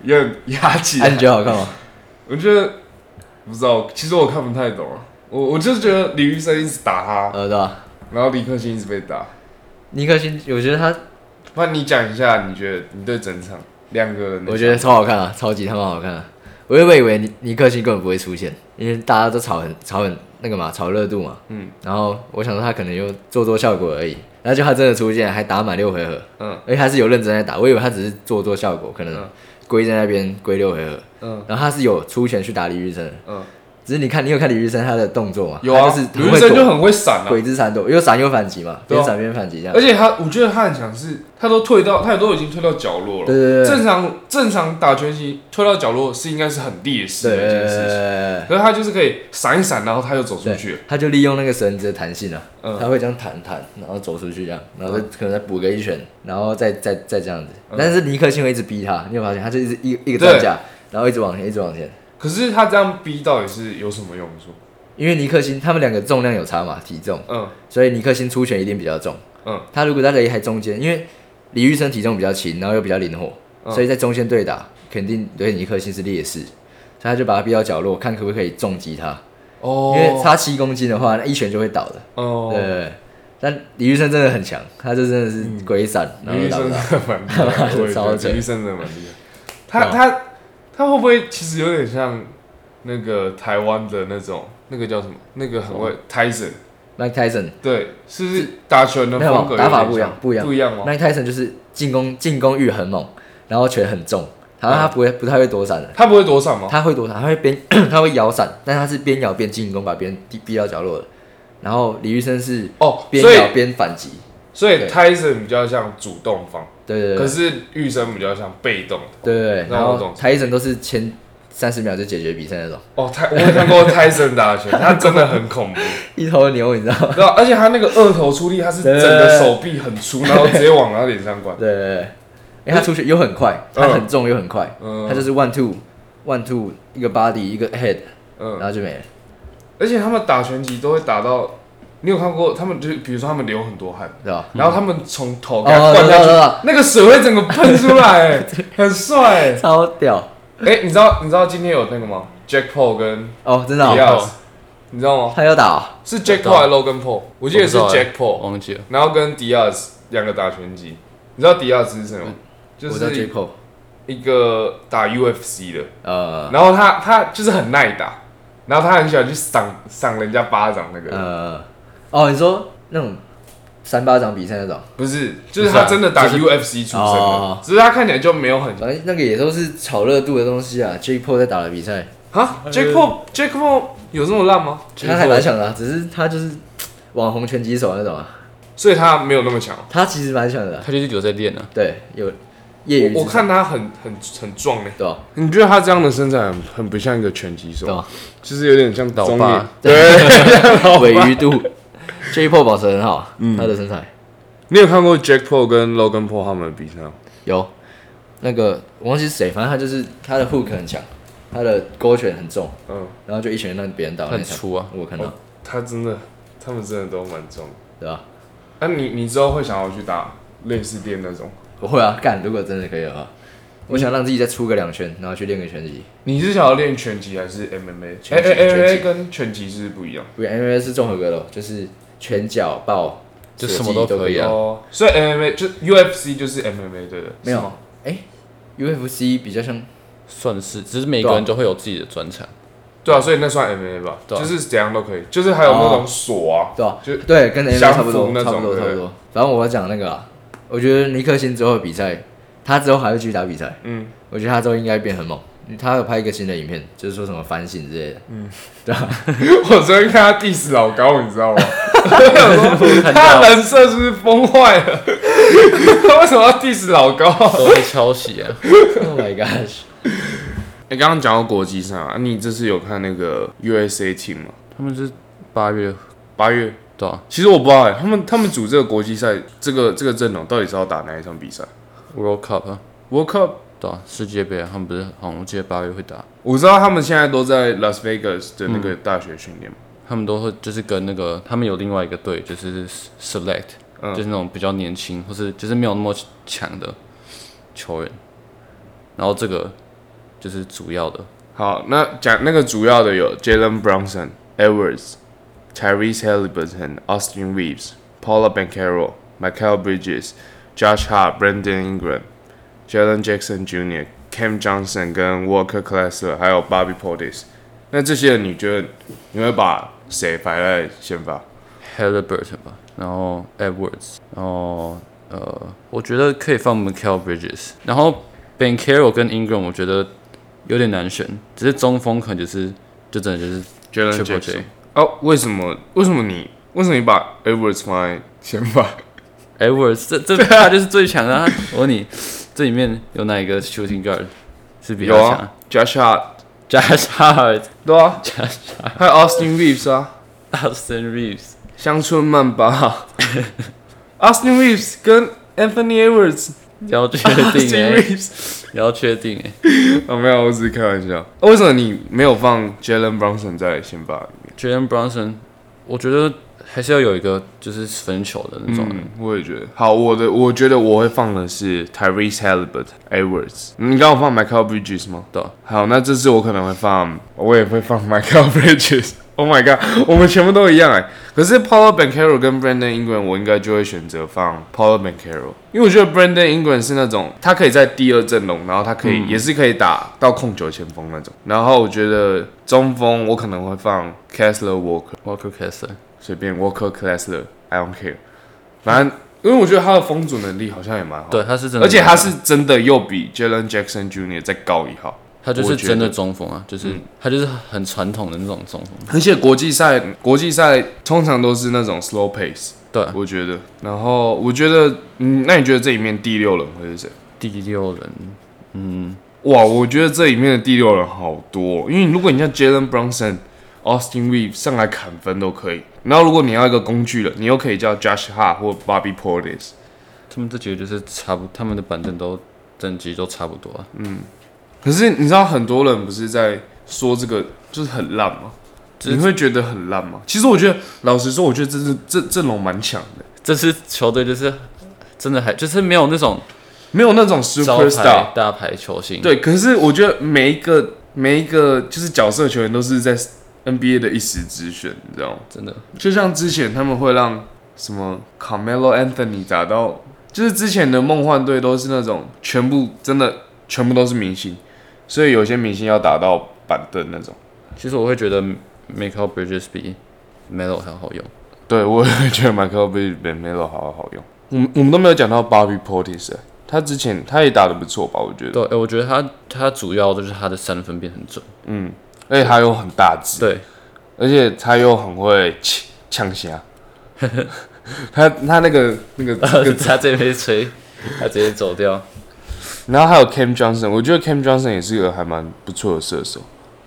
Speaker 2: 有点压起
Speaker 1: 啊，
Speaker 2: 来
Speaker 1: 你。觉得好看吗？
Speaker 2: 我觉得不知道，其实我看不太懂啊。我我就觉得李玉生一直打他，
Speaker 1: 呃，对吧？
Speaker 2: 然后李克勤一直被打。
Speaker 1: 尼克星，我觉得他，
Speaker 2: 不然你讲一下，你觉得你对整场两个人的，
Speaker 1: 我觉得超好看啊，超级他妈好看啊！我原本以为尼尼克星根本不会出现，因为大家都炒很炒很那个嘛，炒热度嘛。
Speaker 2: 嗯
Speaker 1: 然后我想说他可能又做做效果而已，然后就他真的出现，还打满六回合，
Speaker 2: 嗯
Speaker 1: 而且他是有认真在打，我以为他只是做做效果，可
Speaker 2: 嗯
Speaker 1: 能归在那边归六回合，
Speaker 2: 嗯
Speaker 1: 然后他是有出拳去打李玉生的，
Speaker 2: 嗯，
Speaker 1: 只是你看，你有看李玉生他的动作吗？
Speaker 2: 有啊
Speaker 1: 他就是，
Speaker 2: 李
Speaker 1: 很
Speaker 2: 玉
Speaker 1: 会
Speaker 2: 生就
Speaker 1: 躲，
Speaker 2: 很会闪啊。
Speaker 1: 鬼之闪躲，又闪又反击嘛，
Speaker 2: 对啊
Speaker 1: 边闪边反击这样
Speaker 2: 而。且他，我觉得他很强势，他都退到，他也都已经退到角落了。
Speaker 1: 对对对对
Speaker 2: 正常正常打拳击退到角落是应该是很劣势的一件事情，
Speaker 1: 对，
Speaker 2: 可是他就是可以闪一闪，然后他就走出去了。
Speaker 1: 他就利用那个绳子的弹性啊，
Speaker 2: 嗯
Speaker 1: 他会这样弹弹，然后走出去这样，然后再可能再补个一拳，然后再再再这样子。但是尼克星会一直逼他，你有发现他就一直一一个
Speaker 2: 嗯对
Speaker 1: 站架，然后一直往前，一直往前。
Speaker 2: 可是他这样逼到底是有什么用处？
Speaker 1: 因为尼克星他们两个重量有差嘛，体重，
Speaker 2: 嗯
Speaker 1: 所以尼克星出拳一定比较重。
Speaker 2: 嗯，
Speaker 1: 他如果在擂台中间，因为李玉生体重比较轻，然后又比较灵活，
Speaker 2: 嗯
Speaker 1: 所以在中间对打肯定对尼克星是劣势，所以他就把他逼到角落，看可不可以重击他。
Speaker 2: 哦，
Speaker 1: 因为差七公斤的话，那一拳就会倒的。
Speaker 2: 哦，
Speaker 1: 对对。对但李玉生真的很强，他这真的是鬼闪，然
Speaker 2: 嗯李
Speaker 1: 后
Speaker 2: 医
Speaker 1: 打不
Speaker 2: 生真
Speaker 1: 到。，
Speaker 2: 的蛮
Speaker 1: 超扯
Speaker 2: 厉害我也觉得李医生真的蛮 厉害。他他他会不会其实有点像那个台湾的那种那个叫什么？那个很会 Tyson，
Speaker 1: Mike Tyson，Mike
Speaker 2: 对，是不是打拳的
Speaker 1: 没有
Speaker 2: 风格有
Speaker 1: 打法
Speaker 2: 点
Speaker 1: 不一样
Speaker 2: 像
Speaker 1: 不一样
Speaker 2: 不一样吗？
Speaker 1: Tyson 就是进攻进攻欲很猛，然后拳很重，然
Speaker 2: 嗯
Speaker 1: 后他不会不太会躲闪的，
Speaker 2: 他不会躲闪吗？
Speaker 1: 他会躲闪，他会边 他会摇闪，但他是边摇边进攻，把别人逼逼到角落的。然后李玉生是
Speaker 2: 哦，
Speaker 1: 边
Speaker 2: 所以
Speaker 1: 摇边反击，
Speaker 2: 所以
Speaker 1: 对
Speaker 2: Tyson 比较像主动方，
Speaker 1: 对对对，
Speaker 2: 可是玉生比较像被动。
Speaker 1: 对对对，
Speaker 2: 那
Speaker 1: 然
Speaker 2: 我懂
Speaker 1: 后台神都是前三十秒就解决比赛那种，
Speaker 2: 哦，泰 我有看过 Tyson 打拳，他真的 很恐怖，
Speaker 1: 一头牛，你知道吗？
Speaker 2: 对吧？啊而且他那个二头出力，他是整个手臂很粗，然后直接往他脸上灌。
Speaker 1: 对对对，因为他出去又很快，他很重又很快，
Speaker 2: 嗯
Speaker 1: 他就是 one two one two 一个 body 一个 head，
Speaker 2: 嗯
Speaker 1: 然，后就没了。
Speaker 2: 而且他们打拳击都会打到，你有看过他们就是比如说他们流很多汗，
Speaker 1: 对吧？
Speaker 2: 然后他们从头
Speaker 1: 嗯哦
Speaker 2: 给它灌
Speaker 1: 知道知
Speaker 2: 下
Speaker 1: 道
Speaker 2: 去，那个水会整个喷出来、哎很帅、哎
Speaker 1: 超屌
Speaker 2: 哎、你知道你知道今天有那个吗？Jack Paul 跟
Speaker 1: 哦，真的哦，
Speaker 2: Diaz，你知道吗？
Speaker 1: 他要打哦
Speaker 2: 是 Jack
Speaker 3: 知道
Speaker 2: Paul 还是 Logan Paul？我记得是
Speaker 3: 我不知道哎
Speaker 2: Jack Paul，
Speaker 3: 忘记了，
Speaker 2: 然后跟 Diaz 两个打拳击。你知道 Diaz 是什么？就
Speaker 1: 哦，我叫 J
Speaker 2: 是
Speaker 1: p o
Speaker 2: 一个打 UFC 的，
Speaker 1: 呃
Speaker 2: 然后他他就是很耐打，然后他很喜欢去赏赏人家巴掌那个。
Speaker 3: 嗯
Speaker 1: 呃，哦，你说那种三巴掌比赛那种，
Speaker 2: 不是，就是他真的打
Speaker 3: 不是
Speaker 2: UFC 出身的
Speaker 1: 哦，
Speaker 2: 只是他看起来就没有很
Speaker 1: 反正那个也都是炒热度的东西啊。J p o 在打的比赛，
Speaker 2: 啊。Jack Paul Jack Paul 有这么烂吗？
Speaker 1: 他还蛮强的啊，只是他就是网红拳击手那种啊，
Speaker 2: 所以他没有那么强。
Speaker 1: 他其实蛮强的啊。
Speaker 3: 他就是有在练啊，
Speaker 1: 对，有业余之
Speaker 2: 我
Speaker 1: 上
Speaker 2: 我看他很很很壮嘞、
Speaker 1: 对吧？
Speaker 2: 你觉得他这样的身材很很不像一个拳击手
Speaker 1: 对啊吧？
Speaker 2: 就是有点像
Speaker 3: 老
Speaker 2: 中
Speaker 3: 爸
Speaker 2: 年。对，
Speaker 1: 尾鱼度 ，J Paul 保持得很好，
Speaker 3: 嗯
Speaker 1: 他的身材
Speaker 2: 你有看过 Jack Paul 跟 Logan Paul 他们的比赛吗？
Speaker 1: 有那个我忘记是谁，反正他就是他的 hook 很强，他的勾拳很重，
Speaker 2: 嗯，
Speaker 1: 然后就一拳让别人倒那
Speaker 3: 很
Speaker 1: 场
Speaker 3: 粗啊，
Speaker 1: 我看到，
Speaker 2: 他真的，他们真的都蛮壮的。
Speaker 1: 对吧？
Speaker 2: 那、你你之后会想要去打类似店那种？
Speaker 1: 我会啊，干，如果真的可以的话，我想让自己再出个两圈，然后去练个拳击。
Speaker 2: 你是想要练拳击还是 MMA？
Speaker 1: 拳
Speaker 2: 哎
Speaker 1: 击
Speaker 2: 哎
Speaker 1: 拳击
Speaker 2: MMA 跟拳击是不一样。
Speaker 1: 不，MMA 是综合格斗，就是拳脚抱，
Speaker 3: 就
Speaker 1: 锁
Speaker 3: 什
Speaker 1: 技
Speaker 3: 么都
Speaker 1: 都
Speaker 3: 可以
Speaker 1: 以
Speaker 3: 啊。
Speaker 2: 哦，所以 MMA 就 UFC 就是 MMA 对的，
Speaker 1: 没
Speaker 2: 是
Speaker 1: 有
Speaker 2: 吗？，
Speaker 1: 哎、u f c 比较像
Speaker 3: 算是，只是每个人都会有自己的专长。
Speaker 2: 对啊，所以那算 MMA 吧，
Speaker 3: 对啊
Speaker 2: 就是怎样都可以，就是还有那种锁啊，
Speaker 1: 对吧、
Speaker 2: 就
Speaker 1: 对，跟 NBA
Speaker 2: 相
Speaker 1: 差不多
Speaker 2: 符，那
Speaker 1: 差
Speaker 2: 种
Speaker 1: 不多，
Speaker 2: 对
Speaker 1: 差不多。然后我要讲那个啊，我觉得尼克星之后的比赛，他之后还会继续打比赛，
Speaker 2: 嗯，
Speaker 1: 我觉得他之后应该变很猛。他有拍一个新的影片，就是说什么反省之类的。
Speaker 2: 我昨天看他 diss 老高，你 知道吗？
Speaker 3: 看
Speaker 2: 他
Speaker 3: 到
Speaker 2: 人设是不是崩坏了？ 他为什么要 diss 老高？
Speaker 3: 都会抄袭啊。
Speaker 1: oh my gosh！
Speaker 2: 你哎刚刚讲到国际上啊，你这次有看那个 USA team 吗？
Speaker 3: 他们是八月
Speaker 2: 八月，
Speaker 3: 对啊，
Speaker 2: 其实我不知道、欸，他们他们组这个国际赛，这个这个阵容到底是要打哪一场比赛
Speaker 3: World Cup 啊，
Speaker 2: ？World Cup
Speaker 3: 对啊，世界杯啊，他们不是好像我记得八月会打，
Speaker 2: 我知道他们现在都在 Las Vegas 的那个大学训练嘛，
Speaker 3: 他们都会就是跟那个他们有另外一个队，就是 Select，、
Speaker 2: 嗯
Speaker 3: 就是那种比较年轻或是就是没有那么强的球员，然后这个就是主要的，
Speaker 2: 好，那讲那个主要的有 Jalen Brunson、Edwards、Tyrese Halliburton、Austin Reeves、Paula Bancaro、Michael Bridges、Josh Hart、Brandon Ingram、Jalen Jackson Jr.、Cam Johnson 跟 Walker Kessler，还有 Bobby Portis。那这些人，你觉得你会把谁排在先发？
Speaker 3: Halliburton 吧，然后 Edwards，然后呃，我觉得可以放 Michael Bridges，然后 Bankero 跟 Ingram 我觉得有点难选，只是中锋可能就是就真的就是
Speaker 2: Jalen
Speaker 3: Triple
Speaker 2: Jackson。哦，为什么？为什么你？为什么你把 Edwards 放在先发？
Speaker 3: Edwards，这这他就是最强的、啊。我问你，这里面有哪一个 shooting guard 是比他
Speaker 2: 有
Speaker 3: 强
Speaker 2: 啊，Josh Hart。
Speaker 3: ？Josh Hart、
Speaker 2: 对啊，还有 Austin Reeves 啊，
Speaker 3: Austin Reeves，
Speaker 2: 乡村曼巴 ，Austin Reeves 跟 Anthony Edwards，
Speaker 3: 你要 确
Speaker 2: 嗯 Austin
Speaker 3: 定哎、
Speaker 2: Reeves，
Speaker 3: 你要确定哎、
Speaker 2: 哦没有，我只是开玩笑。哦为什么你没有放 Jalen Brunson 在先发里面？
Speaker 3: Jalen Brunson，我觉得还是要有一个就是分球的那种人。
Speaker 2: 嗯，我也觉得。好，我的我觉得我会放的是 Tyrese Halliburton Edwards。你刚刚有放 Michael Bridges 吗？
Speaker 3: 对。
Speaker 2: 好，那这次我可能会放，我也会放 Michael Bridges。Oh my god，我们全部都一样哎、可是 Paul Bancaro 跟 Brandon Ingram，我应该就会选择放 Paul Bancaro，因为我觉得 Brandon Ingram 是那种他可以在第二阵容，然后他可
Speaker 3: 嗯
Speaker 2: 以、也是可以打到控球前锋那种。然后我觉得中锋我可能会放 Kessler Walker。
Speaker 3: Walker Kessler，
Speaker 2: 随便 Walker Kessler，I don't care，反正因为我觉得他的封阻能力好像也蛮好，
Speaker 3: 对，，他是真的，
Speaker 2: 而且他是真的又比 Jalen Jackson Jr. 再高一号，
Speaker 3: 他就是真
Speaker 2: 我觉
Speaker 3: 的
Speaker 2: 得嗯
Speaker 3: 中锋啊，就是、他就是很传统的那种中锋。
Speaker 2: 而且国际赛国际赛通常都是那种 slow pace，
Speaker 3: 对，啊
Speaker 2: 我觉得，然后我觉得，嗯，那你觉得这里面第六人会是谁？
Speaker 3: 第六人，嗯，
Speaker 2: 哇，我觉得这里面的第六人好多哦、因为如果你像 Jalen Brunson、Austin Reeves 上来砍分都可以，然后如果你要一个工具人，你又可以叫 Josh Hart 或 Bobby Portis。
Speaker 3: 他们这几个就是差不，他们的板凳都等级都差不多啊。
Speaker 2: 可是你知道很多人不是在说这个就是很烂吗？
Speaker 3: 就是
Speaker 2: 你会觉得很烂吗？其实我觉得，老实说，我觉得这是这阵容蛮强的，
Speaker 3: 这支球队就是真的还就是没有那种
Speaker 2: 没有那种
Speaker 3: 招
Speaker 2: super star
Speaker 3: 牌。大牌球星，，
Speaker 2: 对，可是我觉得每一个每一个就是角色球员都是在 NBA 的一时之选，你知道吗？
Speaker 3: 真的
Speaker 2: 就像之前他们会让什么 Carmelo Anthony 打到，就是之前的梦幻队都是那种全部真的全部都是明星，所以有些明星要打到板凳那种。
Speaker 3: 其实我会觉得 Michael Bridges 比 Melo 还好用。
Speaker 2: 对，我也觉得 Michael B. b e m e l o 好好用。我们我们都没有讲到 Bobby Portis，、欸、他之前他也打得不错吧？我觉得，
Speaker 3: 对，哎我觉得他他主要就是他的三分变很准，
Speaker 2: 嗯，而且他又很大只，
Speaker 3: 对，
Speaker 2: 而且他又很会呛呛虾。他他那个那个那个
Speaker 3: 他这边吹，他直接走掉。
Speaker 2: 然后还有 Cam Johnson，我觉得 Cam Johnson 也是个还蛮不错的射手，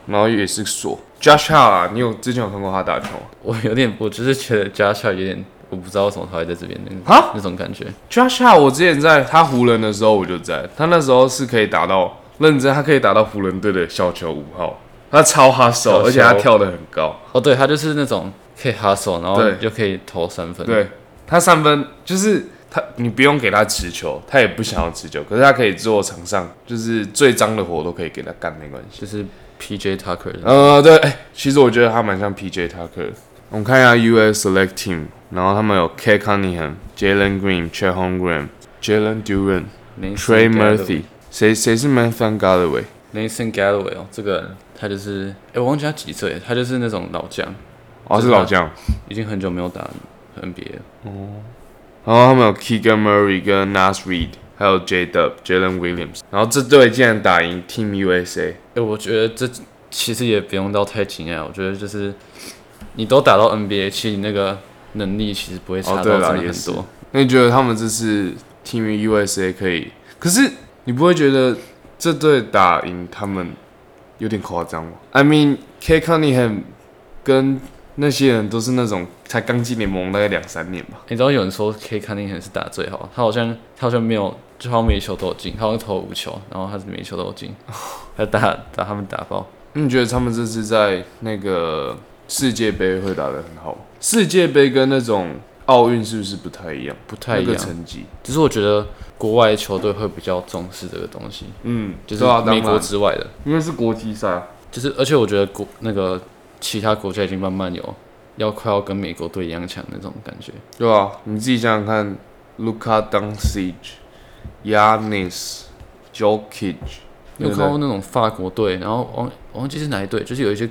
Speaker 2: 然后也是锁。Josh Hart，你有啊之前有看过他打球吗
Speaker 3: 我有点，我只是觉得 Joshua 有点，我不知道为什么他会在这边那种
Speaker 2: 啊
Speaker 3: 那种感觉。
Speaker 2: ？Josh Hart，我之前在他湖人的时候我就在，他那时候是可以打到认真，他可以打到湖人队的小球五号，他超哈手，
Speaker 3: 小球
Speaker 2: 而且他跳得很高。
Speaker 3: 哦，对他就是那种可以 hustle，然后
Speaker 2: 对
Speaker 3: 又可以投三分。，
Speaker 2: 对他三分就是他，你不用给他持球，他也不想要持球，可是他可以做场上就是最脏的活都可以给他干，没关系。
Speaker 3: 就是 PJ Tucker 的。
Speaker 2: 呃，对，哎、其实我觉得他蛮像 PJ Tucker 的。我们看一下 US Select Team，然后他们有 K Cunningham、Jalen Green、c h a d Holmgren、Jalen Duran、
Speaker 3: Nathan
Speaker 2: Trey
Speaker 3: Galloway
Speaker 2: Murphy，谁谁是 Nathan Galloway？
Speaker 3: Nathan Galloway 哦，这个人他就是，哎、我忘记他几岁，他就是那种老将，
Speaker 2: 哦，是老将。
Speaker 3: 已经很久没有打 NBA 了。
Speaker 2: 然后他们有 Keegan Murray 跟 Nas Reed，还有 J Dub、Jalen Williams。然后这队竟然打赢 Team USA，
Speaker 3: 哎、我觉得这其实也不用到太惊讶，我觉得就是你都打到 NBA，其实你那个能力其实不会差
Speaker 2: 哦
Speaker 3: 到
Speaker 2: 对
Speaker 3: 真
Speaker 2: 啦
Speaker 3: 的
Speaker 2: 也
Speaker 3: 很
Speaker 2: 是
Speaker 3: 多。
Speaker 2: 那你觉得他们这次 Team USA 可以？可是你不会觉得这队打赢他们有点夸张吗？I mean K Cunningham 跟那些人都是那种才刚进联盟大概两三年吧。
Speaker 3: 你知道有人说 K Cunningham 是打最好，他好像他好像没有，就好像每一球都有进，他好像投五球，然后他是每一球都有进，
Speaker 2: 哦
Speaker 3: 他打打他们打爆。
Speaker 2: 那你觉得他们这次在那个世界杯会打得很好吗？世界杯跟那种奥运是不是不太一样？
Speaker 3: 不太一
Speaker 2: 那个
Speaker 3: 样
Speaker 2: 成绩，
Speaker 3: 只是我觉得国外球队会比较重视这个东西，
Speaker 2: 嗯，
Speaker 3: 就是
Speaker 2: 对啊当
Speaker 3: 美国
Speaker 2: 然
Speaker 3: 之外的，
Speaker 2: 因为是国际赛啊，
Speaker 3: 就是而且我觉得国那个其他国家已经慢慢有要快要跟美国队一样强那种感觉。
Speaker 2: 对啊，你自己想想看，Luka Doncic、Yanis、Jokic，
Speaker 3: 你有看过那种法国队，然后忘忘记是哪一队，就是有一些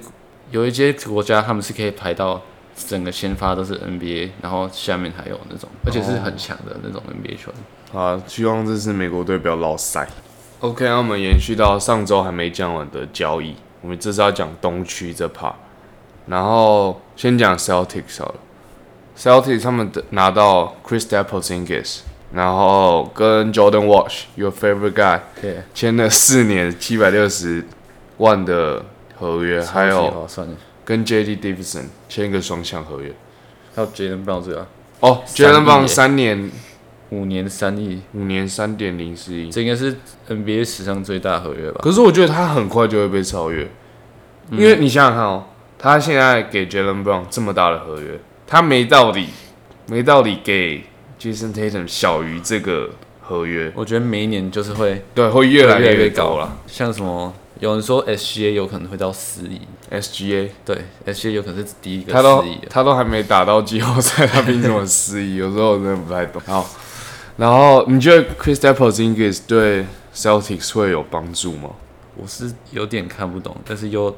Speaker 3: 有一些国家他们是可以排到整个先发都是 NBA，然后下面还有那种，而且是很强的那种 NBA 球员。
Speaker 2: 啊，希望这次美国队不要落赛。OK，那我们延续到上周还没讲完的交易，我们这次要讲东区这 part，然后先讲 Celtics 好了。Celtics 他们的拿到 Chris d a p p l e s i n g i s 然后跟 Jordan Wash，your favorite guy，
Speaker 3: 对，
Speaker 2: 签了四年七百六十万的合约，还有
Speaker 3: 划算的，
Speaker 2: 跟 J.D. Davidson 签一个双向合约。
Speaker 3: 还有 Jalen Brown 这个啊
Speaker 2: 哦
Speaker 3: 三亿
Speaker 2: ，Jalen Brown
Speaker 3: 耶
Speaker 2: 三年
Speaker 3: 五年三亿，
Speaker 2: 五年三点零四亿，
Speaker 3: 这应该是 NBA 史上最大合约吧？
Speaker 2: 可是我觉得他很快就会被超越，因为你想想看哦，他现在给 Jalen Brown 这么大的合约，他没道理，没道理给 Jason Tatum 小于这个合约，
Speaker 3: 我觉得每一年就是会
Speaker 2: 对，会越来
Speaker 3: 越来
Speaker 2: 越
Speaker 3: 越
Speaker 2: 高
Speaker 3: 高
Speaker 2: 了。
Speaker 3: 像什么，有人说 SGA 有可能会到四亿，
Speaker 2: SGA
Speaker 3: 对，SGA 有可能是第一个
Speaker 2: 他都
Speaker 3: 四亿的。
Speaker 2: 他都还没打到季后赛，他凭什么失忆？ 有时候我真的不太懂。好，然后你觉得 Chris d a p p l e z i n g i s 对 Celtics 会有帮助吗？
Speaker 3: 我是有点看不懂，但是又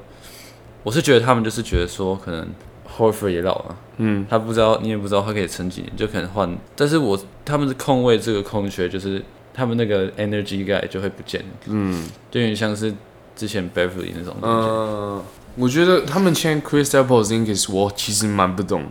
Speaker 3: 我是觉得他们就是觉得说，可能 Horford 也老了，嗯，他不知道你也不知道他可以撑几年，就可能换。但是我他们的空位这个空缺，就是他们那个 energy guy 就会不见了，嗯，就有点像是之前 Beverly 那种感觉，
Speaker 2: 嗯，我觉得他们签 Chris d a p p l e z i n g i s 我其实蛮不懂的，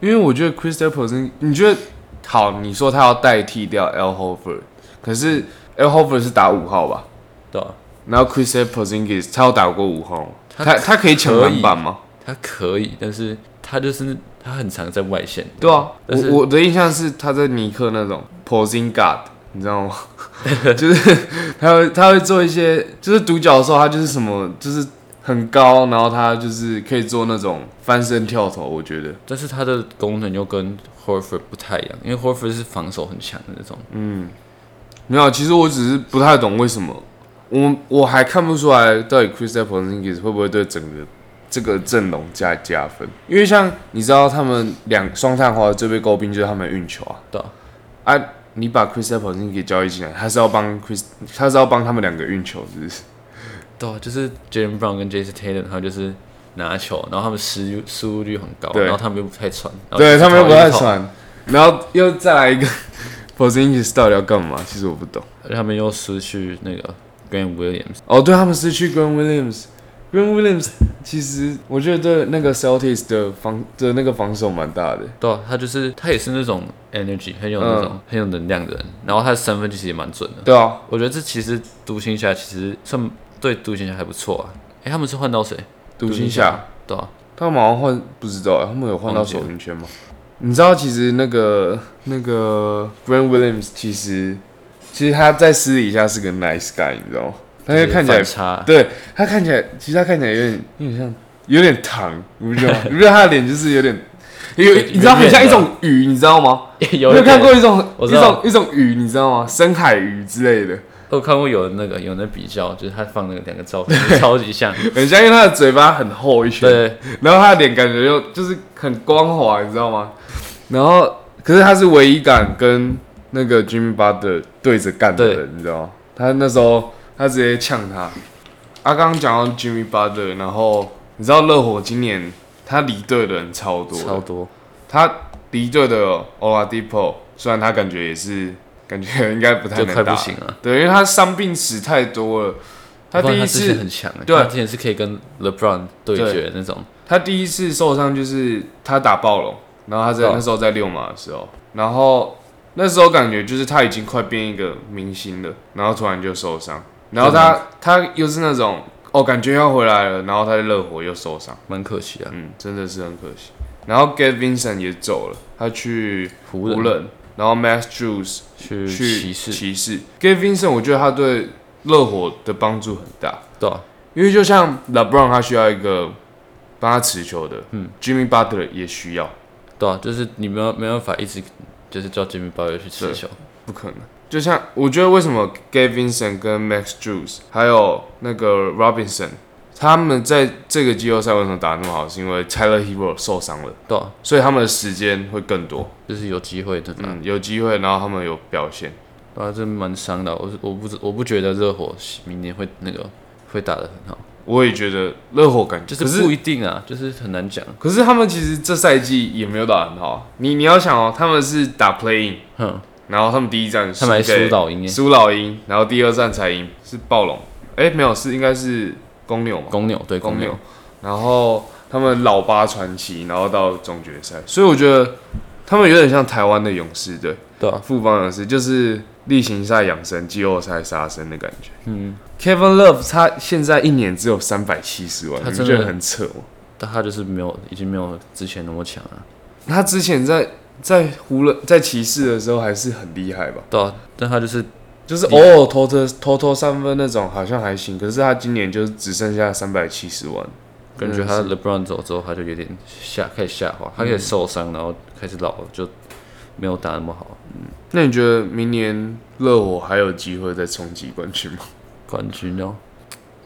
Speaker 2: 因为我觉得 Chris d a p p l e z i n g 你觉得好？你说他要代替掉 L Hofer，可是 L Hofer 是打五号吧？
Speaker 3: 对吧、
Speaker 2: 然后 Chris d a p p l e z i n g i s 他有打过五号吗，
Speaker 3: 他
Speaker 2: 他他可以抢
Speaker 3: 可
Speaker 2: 篮
Speaker 3: 以
Speaker 2: 板吗？
Speaker 3: 他可以，但是他就是他很常在外线，
Speaker 2: 对啊，
Speaker 3: 但是
Speaker 2: 我我的印象是他在尼克那种 posing guard，你知道吗？ 就是他会他会做一些，就是独角兽，他就是什么，就是很高，然后他就是可以做那种翻身跳投，我觉得。
Speaker 3: 但是他的功能又跟 Horford 不太一样，因为 Horford 是防守很强的那种，
Speaker 2: 没有，其实我只是不太懂为什么，我我还看不出来到底 Chris Paul i n g i s 会不会对整个这个阵容加加分，因为像你知道他们两双探花最被诟病就是他们的运球啊，
Speaker 3: 对啊
Speaker 2: 啊，你把 Chris Paul i n g i s 交易进来，他是要帮 Chris，他是要帮他们两个运球，是不是？
Speaker 3: 对啊，就是 Jalen Brown 跟 Jason Tatum，他们就是拿球，然后他们失失误率很高，
Speaker 2: 对
Speaker 3: 然后他们又不太传，然后哦就
Speaker 2: 对
Speaker 3: 是
Speaker 2: 他们又不太
Speaker 3: 靠一靠，
Speaker 2: 传，然后又再来一个 p o z i n g i s 到底要干嘛？其实我不懂。
Speaker 3: 而且他们又失去那个 Grant Williams，
Speaker 2: 哦，对他们失去 Grant Williams。因为 Williams 其实我觉得那个 Celtics 的防的那个防守蛮大的，
Speaker 3: 对啊，他就是他也是那种 energy 很有那
Speaker 2: 嗯
Speaker 3: 种、很有能量的人，然后他的三分其实也蛮准的。
Speaker 2: 对啊，
Speaker 3: 我觉得这其实独行侠其实算对独行侠还不错啊。哎、他们是换到谁？
Speaker 2: 独行侠，
Speaker 3: 对啊，
Speaker 2: 他们好像换不知道欸，他们有换到
Speaker 3: 忘记
Speaker 2: 首
Speaker 3: 了
Speaker 2: 名圈吗？你知道其实那个那个 Grant Williams 其实其实他在私底下是个 nice guy，你知道吗？他就看起来
Speaker 3: 反差，
Speaker 2: 对他看起来，其实他看起来有点有点像有点糖，你不知道吗？你不知道他的脸就是有点， 有你知道很像一种鱼，你知道吗？
Speaker 3: 有
Speaker 2: 你有
Speaker 3: 人
Speaker 2: 看过，一种
Speaker 3: 我
Speaker 2: 一
Speaker 3: 知道
Speaker 2: 种一种鱼，你知道吗？深海鱼之类的，
Speaker 3: 我看过有人那个有人在比较，就是他放那个两个照片超级像，
Speaker 2: 很像，因为他的嘴巴很厚一圈，
Speaker 3: 对，
Speaker 2: 然后他的脸感觉又就是很光滑，你知道吗？然后可是他是唯一敢跟那个 Jimmy Butler 对着干的人，你知道吗？他那时候他直接呛他。啊，刚刚讲到 Jimmy Butler，然后你知道热火今年他离队的人 超多的，
Speaker 3: 超多，
Speaker 2: 他离队的 Oladipo，虽然他感觉也是感觉应该不太
Speaker 3: 就
Speaker 2: 能
Speaker 3: 快
Speaker 2: 打，
Speaker 3: 不行了。
Speaker 2: 对，因为他伤病史太多了。他
Speaker 3: 不然
Speaker 2: 第一
Speaker 3: 之前
Speaker 2: 次
Speaker 3: 很强、欸，
Speaker 2: 对啊
Speaker 3: 他之前是可以跟 LeBron 对决那种，
Speaker 2: 他第一次受伤就是他打暴龙，然后他在
Speaker 3: 对啊
Speaker 2: 那时候在六马的时候，然后那时候感觉就是他已经快变一个明星了，然后突然就受伤，然后他他又是那种哦感觉要回来了，然后他在热火又受伤，
Speaker 3: 蛮可惜啊。
Speaker 2: 嗯，真的是很可惜。然后 Gavinson 也走了，他去
Speaker 3: 湖
Speaker 2: 湖
Speaker 3: 人
Speaker 2: 人，然后 Max Juice
Speaker 3: 去
Speaker 2: 去
Speaker 3: 骑士，
Speaker 2: 骑士。Gavinson 我觉得他对热火的帮助很大，
Speaker 3: 对啊，
Speaker 2: 因为就像 LeBron 他需要一个帮他持球的，嗯，Jimmy Butler 也需要，
Speaker 3: 对啊，就是你没有没办法一直就是叫 Jimmy Butler 去持球，
Speaker 2: 不可能。就像我觉得为什么 Gavinson 跟 Max Juice 还有那个 Robinson 他们在这个季后赛为什么打得那么好，是因为 Tyler Hero 受伤了，
Speaker 3: 对啊，
Speaker 2: 所以他们的时间会更多，
Speaker 3: 就是有机会的嘛。
Speaker 2: 嗯，有机会，然后他们有表现。
Speaker 3: 对啊，真蛮伤的啊。我是我不知我不觉得热火明年会那个会打得很好，
Speaker 2: 我也觉得热火感觉
Speaker 3: 就
Speaker 2: 可
Speaker 3: 是不一定啊，就是很难讲。
Speaker 2: 可是他们其实这赛季也没有打得很好啊。你你要想哦，他们是打 playing，
Speaker 3: 哼，
Speaker 2: 然后他们第一战
Speaker 3: 他们还
Speaker 2: 输给
Speaker 3: 输欸老鹰耶，
Speaker 2: 输老鹰，然后第二战才赢，是暴龙。哎、没有，是应该是公牛嘛？
Speaker 3: 公牛对公牛，。
Speaker 2: 然后他们老八传奇，然后到总决赛，所以我觉得他们有点像台湾的勇士队，
Speaker 3: 对啊，
Speaker 2: 富邦勇士，就是例行赛养生，季后赛杀生的感觉。
Speaker 3: 嗯，
Speaker 2: Kevin Love 他现在一年只有三百七十万，
Speaker 3: 他
Speaker 2: 你不
Speaker 3: 真
Speaker 2: 觉
Speaker 3: 的
Speaker 2: 得很扯吗？
Speaker 3: 但他就是没有已经没有之前那么强了，
Speaker 2: 他之前在在湖人、在骑士的时候还是很厉害吧？
Speaker 3: 对啊，但他就是
Speaker 2: 就是偶尔投投投投三分那种好像还行，可是他今年就只剩下三百七十万，
Speaker 3: 感觉他
Speaker 2: 真的
Speaker 3: LeBron 走之后，他就有点下开始下滑，他开始受伤，然后开始老了，就没有打那么好。
Speaker 2: 是那你觉得明年热火还有机会再冲击冠 军吗？
Speaker 3: 冠军哦，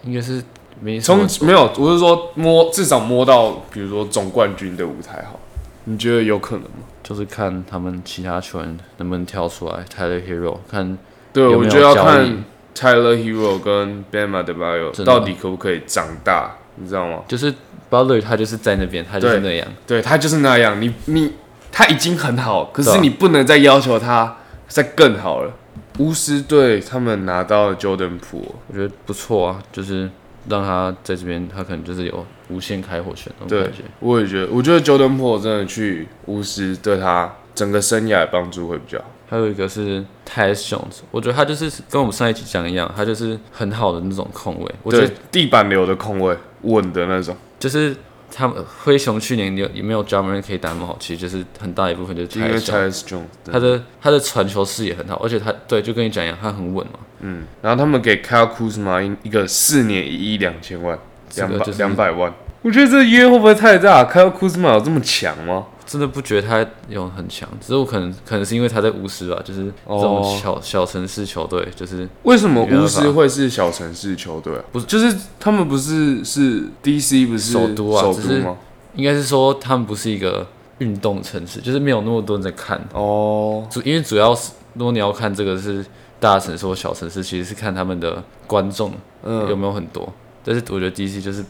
Speaker 3: 应该是没什么
Speaker 2: 冲没有，我是说摸至少摸到，比如说总冠军的舞台好，你觉得有可能吗？
Speaker 3: 就是看他们其他球员能不能跳出来。Tyler Hero 看
Speaker 2: 对，
Speaker 3: 有没有
Speaker 2: 我觉得要
Speaker 3: 交易
Speaker 2: 看 Tyler Hero 跟 Bama d e b a y o
Speaker 3: 真的
Speaker 2: 到底可不可以长大，你知道吗？
Speaker 3: 就是 Butler 他就是在那边，他就是
Speaker 2: 对
Speaker 3: 那样，
Speaker 2: 对他就是那样，你你他已经很好，可
Speaker 3: 对
Speaker 2: 是
Speaker 3: 啊
Speaker 2: 你不能再要求他再更好了。巫师队他们拿到了 Jordan p o o
Speaker 3: 我觉得不错啊，就是让他在这边，他可能就是有无限开火权那种
Speaker 2: 对
Speaker 3: 感觉。，
Speaker 2: 我也觉得，我觉得 Jordan p o o 真的去巫师对他整个生涯帮助会比较好。
Speaker 3: 还有一个是 Tyus Jones，我觉得他就是跟我们上一期讲的一样，他就是很好的那种控卫，我觉得
Speaker 2: 对，地板流的空位稳的那种，
Speaker 3: 就是他们灰熊去年有也没有 j a m a r 可以打那么好，其实就是很大一部分就是
Speaker 2: 因为
Speaker 3: Tyus Jones
Speaker 2: Tyus Jones 真
Speaker 3: 他
Speaker 2: 的。
Speaker 3: 的他的传球视野很好，而且他对就跟你讲一样，他很稳嘛，
Speaker 2: 嗯，然后他们给 Kyle Kuzma 一一个四年一亿两千万，
Speaker 3: 这
Speaker 2: 两
Speaker 3: 个
Speaker 2: 百
Speaker 3: 就是
Speaker 2: 两百万。我觉得这约会不会太大？Kyle Kuzma 有这么强吗？
Speaker 3: 真的不觉得他有很强，只是我可能可能是因为他在巫师吧，就是这种
Speaker 2: 哦
Speaker 3: 小、小城市球队，就是
Speaker 2: 为什么
Speaker 3: 没办
Speaker 2: 巫
Speaker 3: 法
Speaker 2: 师会是小城市球队啊？不是，就是他们不是是 DC 不是
Speaker 3: 首都啊
Speaker 2: 首
Speaker 3: 只
Speaker 2: 都
Speaker 3: 是
Speaker 2: 吗？
Speaker 3: 应该是说他们不是一个运动城市，就是没有那么多人在看，
Speaker 2: 哦，
Speaker 3: 主因为主要是如果你要看这个是大城市或小城市，其实是看他们的观众有
Speaker 2: 嗯
Speaker 3: 没有很多，但是我觉得 DC 就是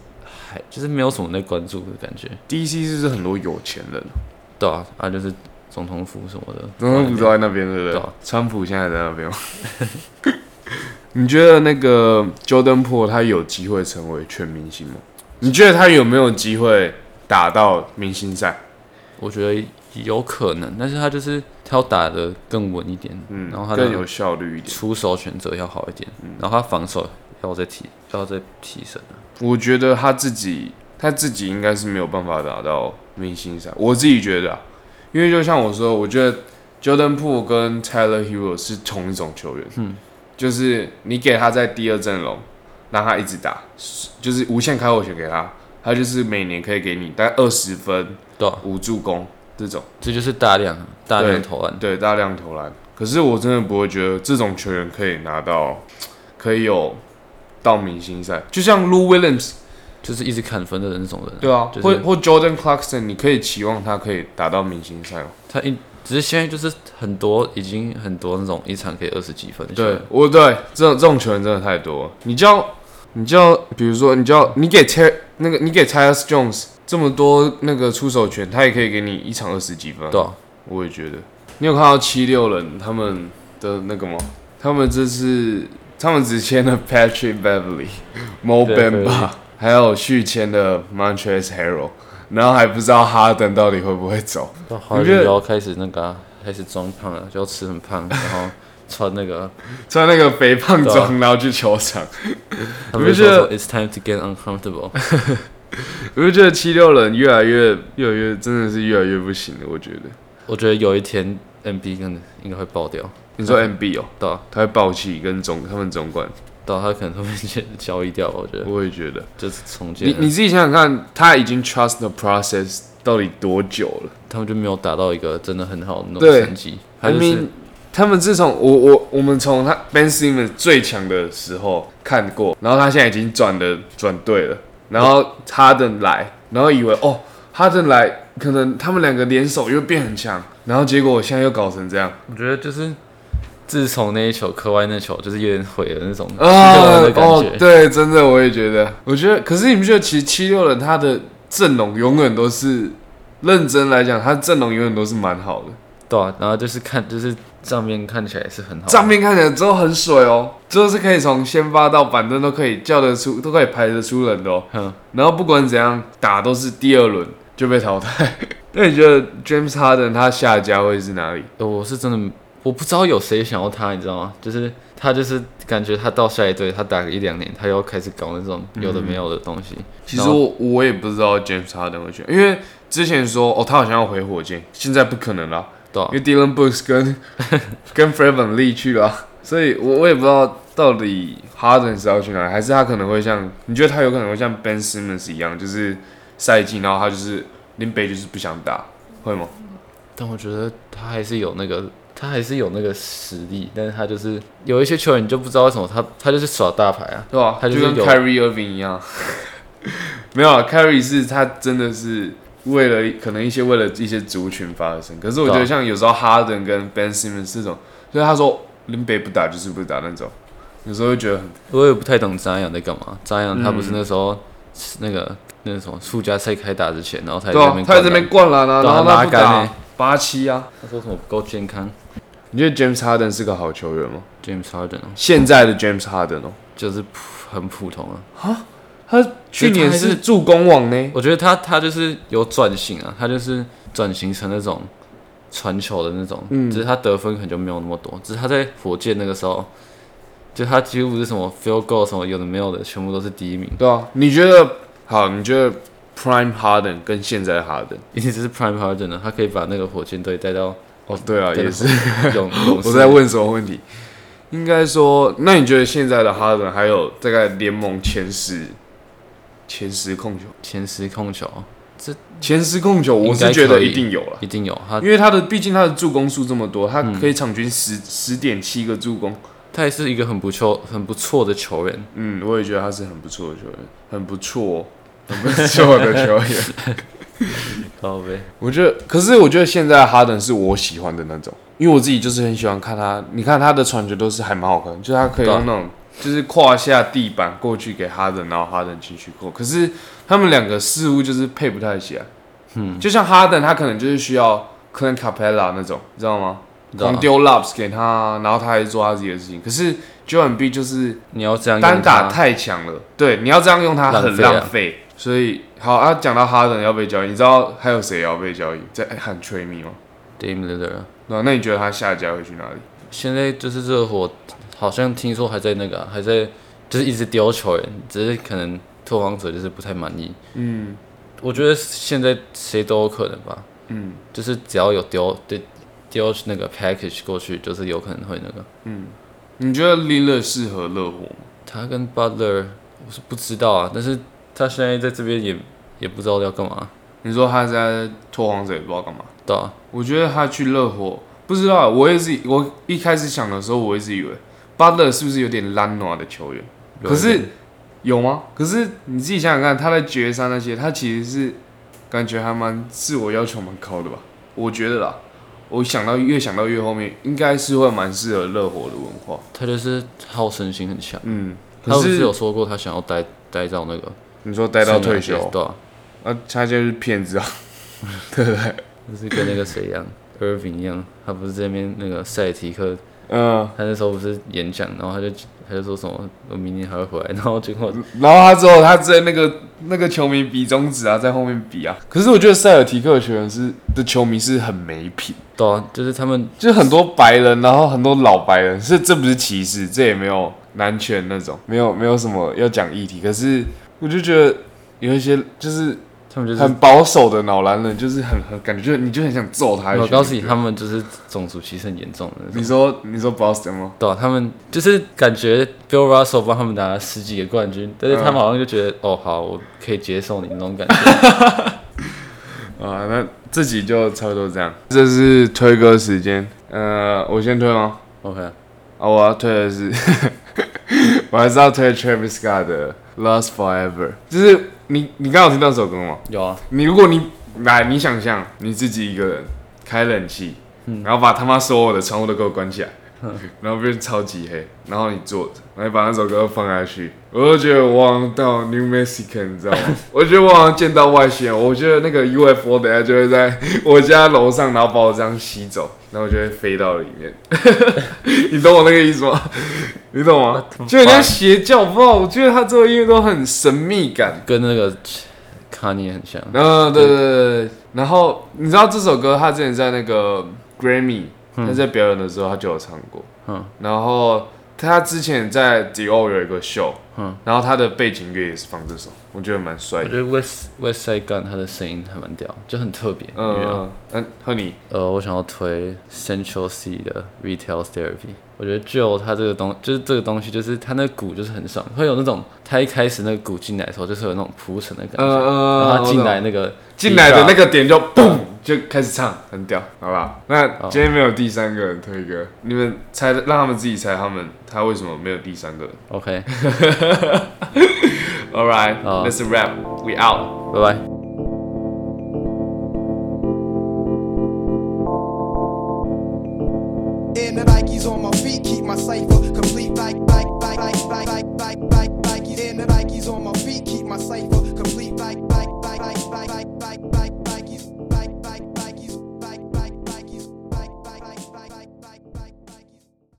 Speaker 3: 还就是没有什么人在关注的感觉。
Speaker 2: ，DC 是不是很多有钱人？
Speaker 3: 对啊，啊就是总统府什么的，
Speaker 2: 总统府都在那边，对不
Speaker 3: 对
Speaker 2: 对
Speaker 3: 啊？
Speaker 2: 川普现在在那边吗？你觉得那个 Jordan p o o 他有机会成为全明星吗？你觉得他有没有机会打到明星赛？
Speaker 3: 我觉得有可能，但是他就是他要打的更稳一点，
Speaker 2: 嗯，
Speaker 3: 然后他
Speaker 2: 更有嗯
Speaker 3: 的
Speaker 2: 效率一点。
Speaker 3: 出手选择要好一点，然后他防守要再提要再提升。
Speaker 2: 我觉得他自己他自己应该是没有办法达到明星赛，我自己觉得、啊，因为就像我说，我觉得 Jordan p o o 跟 Tyler Hero 是同一种球员，嗯，就是你给他在第二阵容，让他一直打，就是无限开火权给他，他就是每年可以给你大概二十分、
Speaker 3: 对、啊，
Speaker 2: 五助攻这种，
Speaker 3: 这就是大量大量投篮。
Speaker 2: 对，大量投篮。可是我真的不会觉得这种球员可以拿到，可以有到明星赛，就像 Lou Williams。
Speaker 3: 就是一直砍分的那种人、
Speaker 2: 对啊，
Speaker 3: 就是
Speaker 2: 或或 Jordan Clarkson，你可以期望他可以打到明星赛吗？哦
Speaker 3: 他一只是现在就是很多已经很多那种一场可以二十几分的球员，
Speaker 2: 对，我对这种这种球员真的太多了。你叫你叫，比如说你叫你给 t 那个你给 Tyus Jones 这么多那个出手权，他也可以给你一场二十几分。
Speaker 3: 对啊，
Speaker 2: 我也觉得。你有看到七六人他们的那个吗？他们这次他们只签了 Patrick Beverly、Mo
Speaker 3: Beverly
Speaker 2: Bamba，还有续签的 Montrezl Harrell，然后还不知道哈登到底会不会走。
Speaker 3: 到华
Speaker 2: 觉得
Speaker 3: 人要开始那个啊、开始装胖了，就要吃很 胖，然后穿那个，
Speaker 2: 穿那个肥胖
Speaker 3: 对
Speaker 2: 装，
Speaker 3: 啊
Speaker 2: 然后去球场。
Speaker 3: 他们就
Speaker 2: 觉得
Speaker 3: 说 it's time to get uncomfortable，
Speaker 2: 我就觉得七六人越来越、越来越，真的是越来越不行了。我觉得，
Speaker 3: 我觉得有一天 NB 跟应该会爆掉，
Speaker 2: 你说 MB 哦，
Speaker 3: 对啊
Speaker 2: 他会爆气，跟总他们总管，
Speaker 3: 对啊，他可能会被交易掉吧，我觉得
Speaker 2: 我也觉得。
Speaker 3: 就是重
Speaker 2: 你
Speaker 3: 建
Speaker 2: 你自己想想看，他已经 trust the process 到底多久了？
Speaker 3: 他们就没有达到一个真的很好的那
Speaker 2: 对
Speaker 3: 种成绩，他
Speaker 2: I
Speaker 3: 就是
Speaker 2: mean，他们自从我我我们从他 Ben Simmons 最强的时候看过，然后他现在已经转的转队了，然后哈登来，然后以为哦哈登来，可能他们两个联手又变很强，然后结果我现在又搞成这样
Speaker 3: 我觉得就是自从那一球科外那球，就是有点毁了那种七
Speaker 2: 啊
Speaker 3: 六人的感
Speaker 2: 哦
Speaker 3: 觉，
Speaker 2: 对，真的我也觉得，我觉得，可是你不觉得其实七六人他的阵容永远都是认真来讲，他阵容永远都是蛮好的，
Speaker 3: 对啊，然后就是看就是账面看起来是很好的，
Speaker 2: 账面看起来之后很水哦，就是可以从先发到板凳都可以叫得出，都可以排得出人的哦。
Speaker 3: 嗯
Speaker 2: 然后不管怎样打都是第二轮就被 淘汰。那你觉得 James Harden 他下家会是哪里？
Speaker 3: 呃我是真的我不知道有谁想要他，你知道吗？就是他就是感觉他到下一队，他打个一两年，他又开始搞那种有的没有的东西。
Speaker 2: 嗯其实我我也不知道 James Harden 会选，因为之前说哦他好像要回火箭，现在不可能啦，
Speaker 3: 对啊
Speaker 2: 因为 Dylan Brooks 跟跟 Fred v a n l e 去了啊，所以我我也不知道到底 Harden 是要去哪里，还是他可能会像你觉得他有可能会像 Ben Simmons 一样，就是赛季然后他就是林北就是不想打，会吗？
Speaker 3: 但我觉得他还是有那个，他还是有那个实力，但是他就是有一些球员你就不知道为什么他他就是耍大牌啊，
Speaker 2: 对吧、
Speaker 3: 他就是
Speaker 2: 跟
Speaker 3: 有
Speaker 2: Kyrie Irving 一样， 没有啊 Kyrie 是他真的是为了可能一些为了一些族群发声，可是我觉
Speaker 3: 对啊
Speaker 2: 得像有时候 Harden 跟 Ben Simmons 这种，就是他说林北不打就是不打那种，有时候会觉得很
Speaker 3: 我也不太懂张扬在干嘛。张扬他
Speaker 2: 嗯
Speaker 3: 不是那时候、那个那个什么附加赛开打之前，然后他也
Speaker 2: 对
Speaker 3: 在那
Speaker 2: 啊
Speaker 3: 边，灌
Speaker 2: 他在
Speaker 3: 篮、
Speaker 2: 这边灌篮啊，
Speaker 3: 对
Speaker 2: 然
Speaker 3: 啊
Speaker 2: 后他
Speaker 3: 拉
Speaker 2: 不
Speaker 3: 杆
Speaker 2: 打
Speaker 3: 欸
Speaker 2: 八七啊。
Speaker 3: 他说什么不够健康
Speaker 2: 你觉得 James Harden 是个好球员吗？
Speaker 3: ，James Harden 哦
Speaker 2: 现在的 James Harden 哦，
Speaker 3: 就是普很普通啊。
Speaker 2: 他去年是助攻王呢，
Speaker 3: 我觉得他他就是有转型啊，他就是转型成那种传球的那种，
Speaker 2: 嗯
Speaker 3: 只是他得分可能就没有那么多，只是他在火箭那个时候，就他几乎不是什么 field goal 什么有的没有的，全部都是第一名，
Speaker 2: 对啊。你觉得好？你觉得 Prime Harden 跟现在的 Harden？
Speaker 3: 一定就是 Prime Harden 啊，他可以把那个火箭队带 到
Speaker 2: 哦，对啊，
Speaker 3: 真的
Speaker 2: 也是。
Speaker 3: 勇勇士。
Speaker 2: 我在问什么问题？应该说，那你觉得现在的哈登还有大概联盟前十、前十控球、
Speaker 3: 前十控球
Speaker 2: 前十控球，我是觉得一定有了，
Speaker 3: 一定有他，
Speaker 2: 因为他的毕竟他的助攻数这么多，
Speaker 3: 嗯
Speaker 2: 他可以场均十十点七个助攻。
Speaker 3: 他也是一个很不错很不错的球员，
Speaker 2: 嗯，我也觉得他是很不错的球员，很不错哦， 很不错的球员。
Speaker 3: 好呗，
Speaker 2: 我觉得，可是我觉得现在哈登是我喜欢的那种，因为我自己就是很喜欢看他。你看他的传球都是还蛮好看的，就是他可以
Speaker 3: 对啊
Speaker 2: 用那种就是胯下地板过去给哈登，然后哈登进去过。可是他们两个似乎就是配不太起来。嗯，就像哈登，他可能就是需要 Clint Capella 那种，你知道吗？
Speaker 3: 你知道
Speaker 2: 狂
Speaker 3: 吗？
Speaker 2: 丢 lobs 给他，然后他还做他自己的事情。可是 Joel B 就是
Speaker 3: 你要这样用
Speaker 2: 单打
Speaker 3: 它
Speaker 2: 太强了，对，你要这样用他
Speaker 3: 浪
Speaker 2: 很
Speaker 3: 费啊
Speaker 2: 浪费。所以好啊，讲到哈登要被交易，你知道还有谁要被交易？在喊 t r a m e 吗？
Speaker 3: Dame Lillard 啊。
Speaker 2: 对啊，那你觉得他下家会去哪里？
Speaker 3: 现在就是热火，好像听说还在那个啊、还在就是一直丢球员，只是可能拓荒者就是不太满意。
Speaker 2: 嗯
Speaker 3: 我觉得现在谁都有可能吧，
Speaker 2: 嗯
Speaker 3: 就是只要有丢对丢那个 package 过去，就是有可能会那个。
Speaker 2: 嗯，你觉得 l i l a 适合热火吗？
Speaker 3: 他跟 Butler 我是不知道啊，但是他现在在这边也也不知道要干嘛，
Speaker 2: 你说他在拓荒者也不知道干嘛？
Speaker 3: 对啊，
Speaker 2: 我觉得他去热火，不知道，我也是，我一开始想的时候，我一直以为巴勒是不是有点懒惰的球员？
Speaker 3: 有
Speaker 2: 可
Speaker 3: 一
Speaker 2: 是
Speaker 3: 点
Speaker 2: 有吗？可是你自己想想看，他在决赛那些，他其实是感觉还蛮自我要求蛮高的吧？我觉得啦，我想到越想到越后面，应该是会蛮适合热火的文化。
Speaker 3: 他就是好胜心很强。
Speaker 2: 嗯，
Speaker 3: 他
Speaker 2: 可
Speaker 3: 不是
Speaker 2: 是
Speaker 3: 有说过他想要待待到那个
Speaker 2: 你说待到退休，
Speaker 3: 对啊，
Speaker 2: 那、啊、他就是骗子啊，
Speaker 3: 就是跟那个谁一样 ，Irving 一样，他不是这边那个赛提克，
Speaker 2: 嗯。
Speaker 3: 他那时候不是演讲，然后他就他就说什么我明年还会回来，然后结果
Speaker 2: 然后他之后，他在那个那个球迷比中指啊，在后面比啊。可是我觉得塞尔提克的球员是的球迷是很没品，
Speaker 3: 对啊，就是他们
Speaker 2: 就是很多白人，然后很多老白人，是这不是歧视，这也没有男权那种，没有没有什么要讲议题。可是我就觉得有一些就是
Speaker 3: 他们就是
Speaker 2: 很保守的老男人，就是很很感觉就你就很想揍他一拳。
Speaker 3: 我告诉你，
Speaker 2: 对
Speaker 3: 他们就是种族歧视很严重的那
Speaker 2: 你
Speaker 3: 种。
Speaker 2: 说你说 Boston 吗？
Speaker 3: 对啊、他们就是感觉 Bill Russell 帮他们拿了十几个冠军，但是他们好像就觉得、哦好，我可以接受你那种感觉。
Speaker 2: 啊，那这集就差不多这样。这是推歌时间，呃，我先推吗？
Speaker 3: OK，
Speaker 2: 啊，我要推的是， 我还是要推 Travis Scott 的《Lost Forever》。就是你，你刚好听到这首歌吗？
Speaker 3: 有啊，
Speaker 2: 你如果你来，你想象你自己一个人开冷气，然后把他妈所有的窗户都给我关起来，然后变超级黑，然后你坐着，然后你把那首歌放下去，我就觉得我好像到 New Mexico，你知道吗？我觉得我好像见到外星人，我觉得那个 UFO 等下就会在我家楼上，然后把我这样吸走，然后我就会飞到里面。 你懂我那个意思吗？你懂吗？就有点像邪教，不知道，我觉得他做的音乐都很神秘感。
Speaker 3: 跟那个 Kanye 很像。
Speaker 2: 嗯，对对对对。然后你知道这首歌，他之前在那个 Grammy，他在表演的时候他就有唱过。
Speaker 3: 嗯
Speaker 2: 嗯，然后他之前在 Dior 有一个秀，
Speaker 3: 嗯
Speaker 2: 嗯，然后他的背景乐也是放这首，我觉得蛮帅
Speaker 3: 我
Speaker 2: 的。
Speaker 3: 觉得 West West Side Gun 他的声音还蛮屌，就很特别。
Speaker 2: 嗯
Speaker 3: 因为啊
Speaker 2: 嗯嗯，和你
Speaker 3: 呃，我想要推 Central C 的 Retail Therapy。我觉得 Joe 他这个东，就是这个东西，就是他那个鼓就是很爽，会有那种他一开始那个鼓进来的时候，就是有那种铺陈的感觉。
Speaker 2: 嗯嗯
Speaker 3: 然后他进
Speaker 2: 我
Speaker 3: 来那个
Speaker 2: 进来的那
Speaker 3: 个，
Speaker 2: 个点就嘣就开始唱，很屌，好吧？那今天没有第三个人推歌，你们猜，让他们自己猜他们他为什么没有第三个人。
Speaker 3: OK，
Speaker 2: All right,
Speaker 3: 好
Speaker 2: that's a wrap. We out.
Speaker 3: 拜拜。
Speaker 4: In the Nikes on my feet, keep my cipher complete. Like, like, like, like, like, like, like, like, Nikes. In the Nikes on my feet, keep my cipher complete. Like, like, like, like, like, like, like,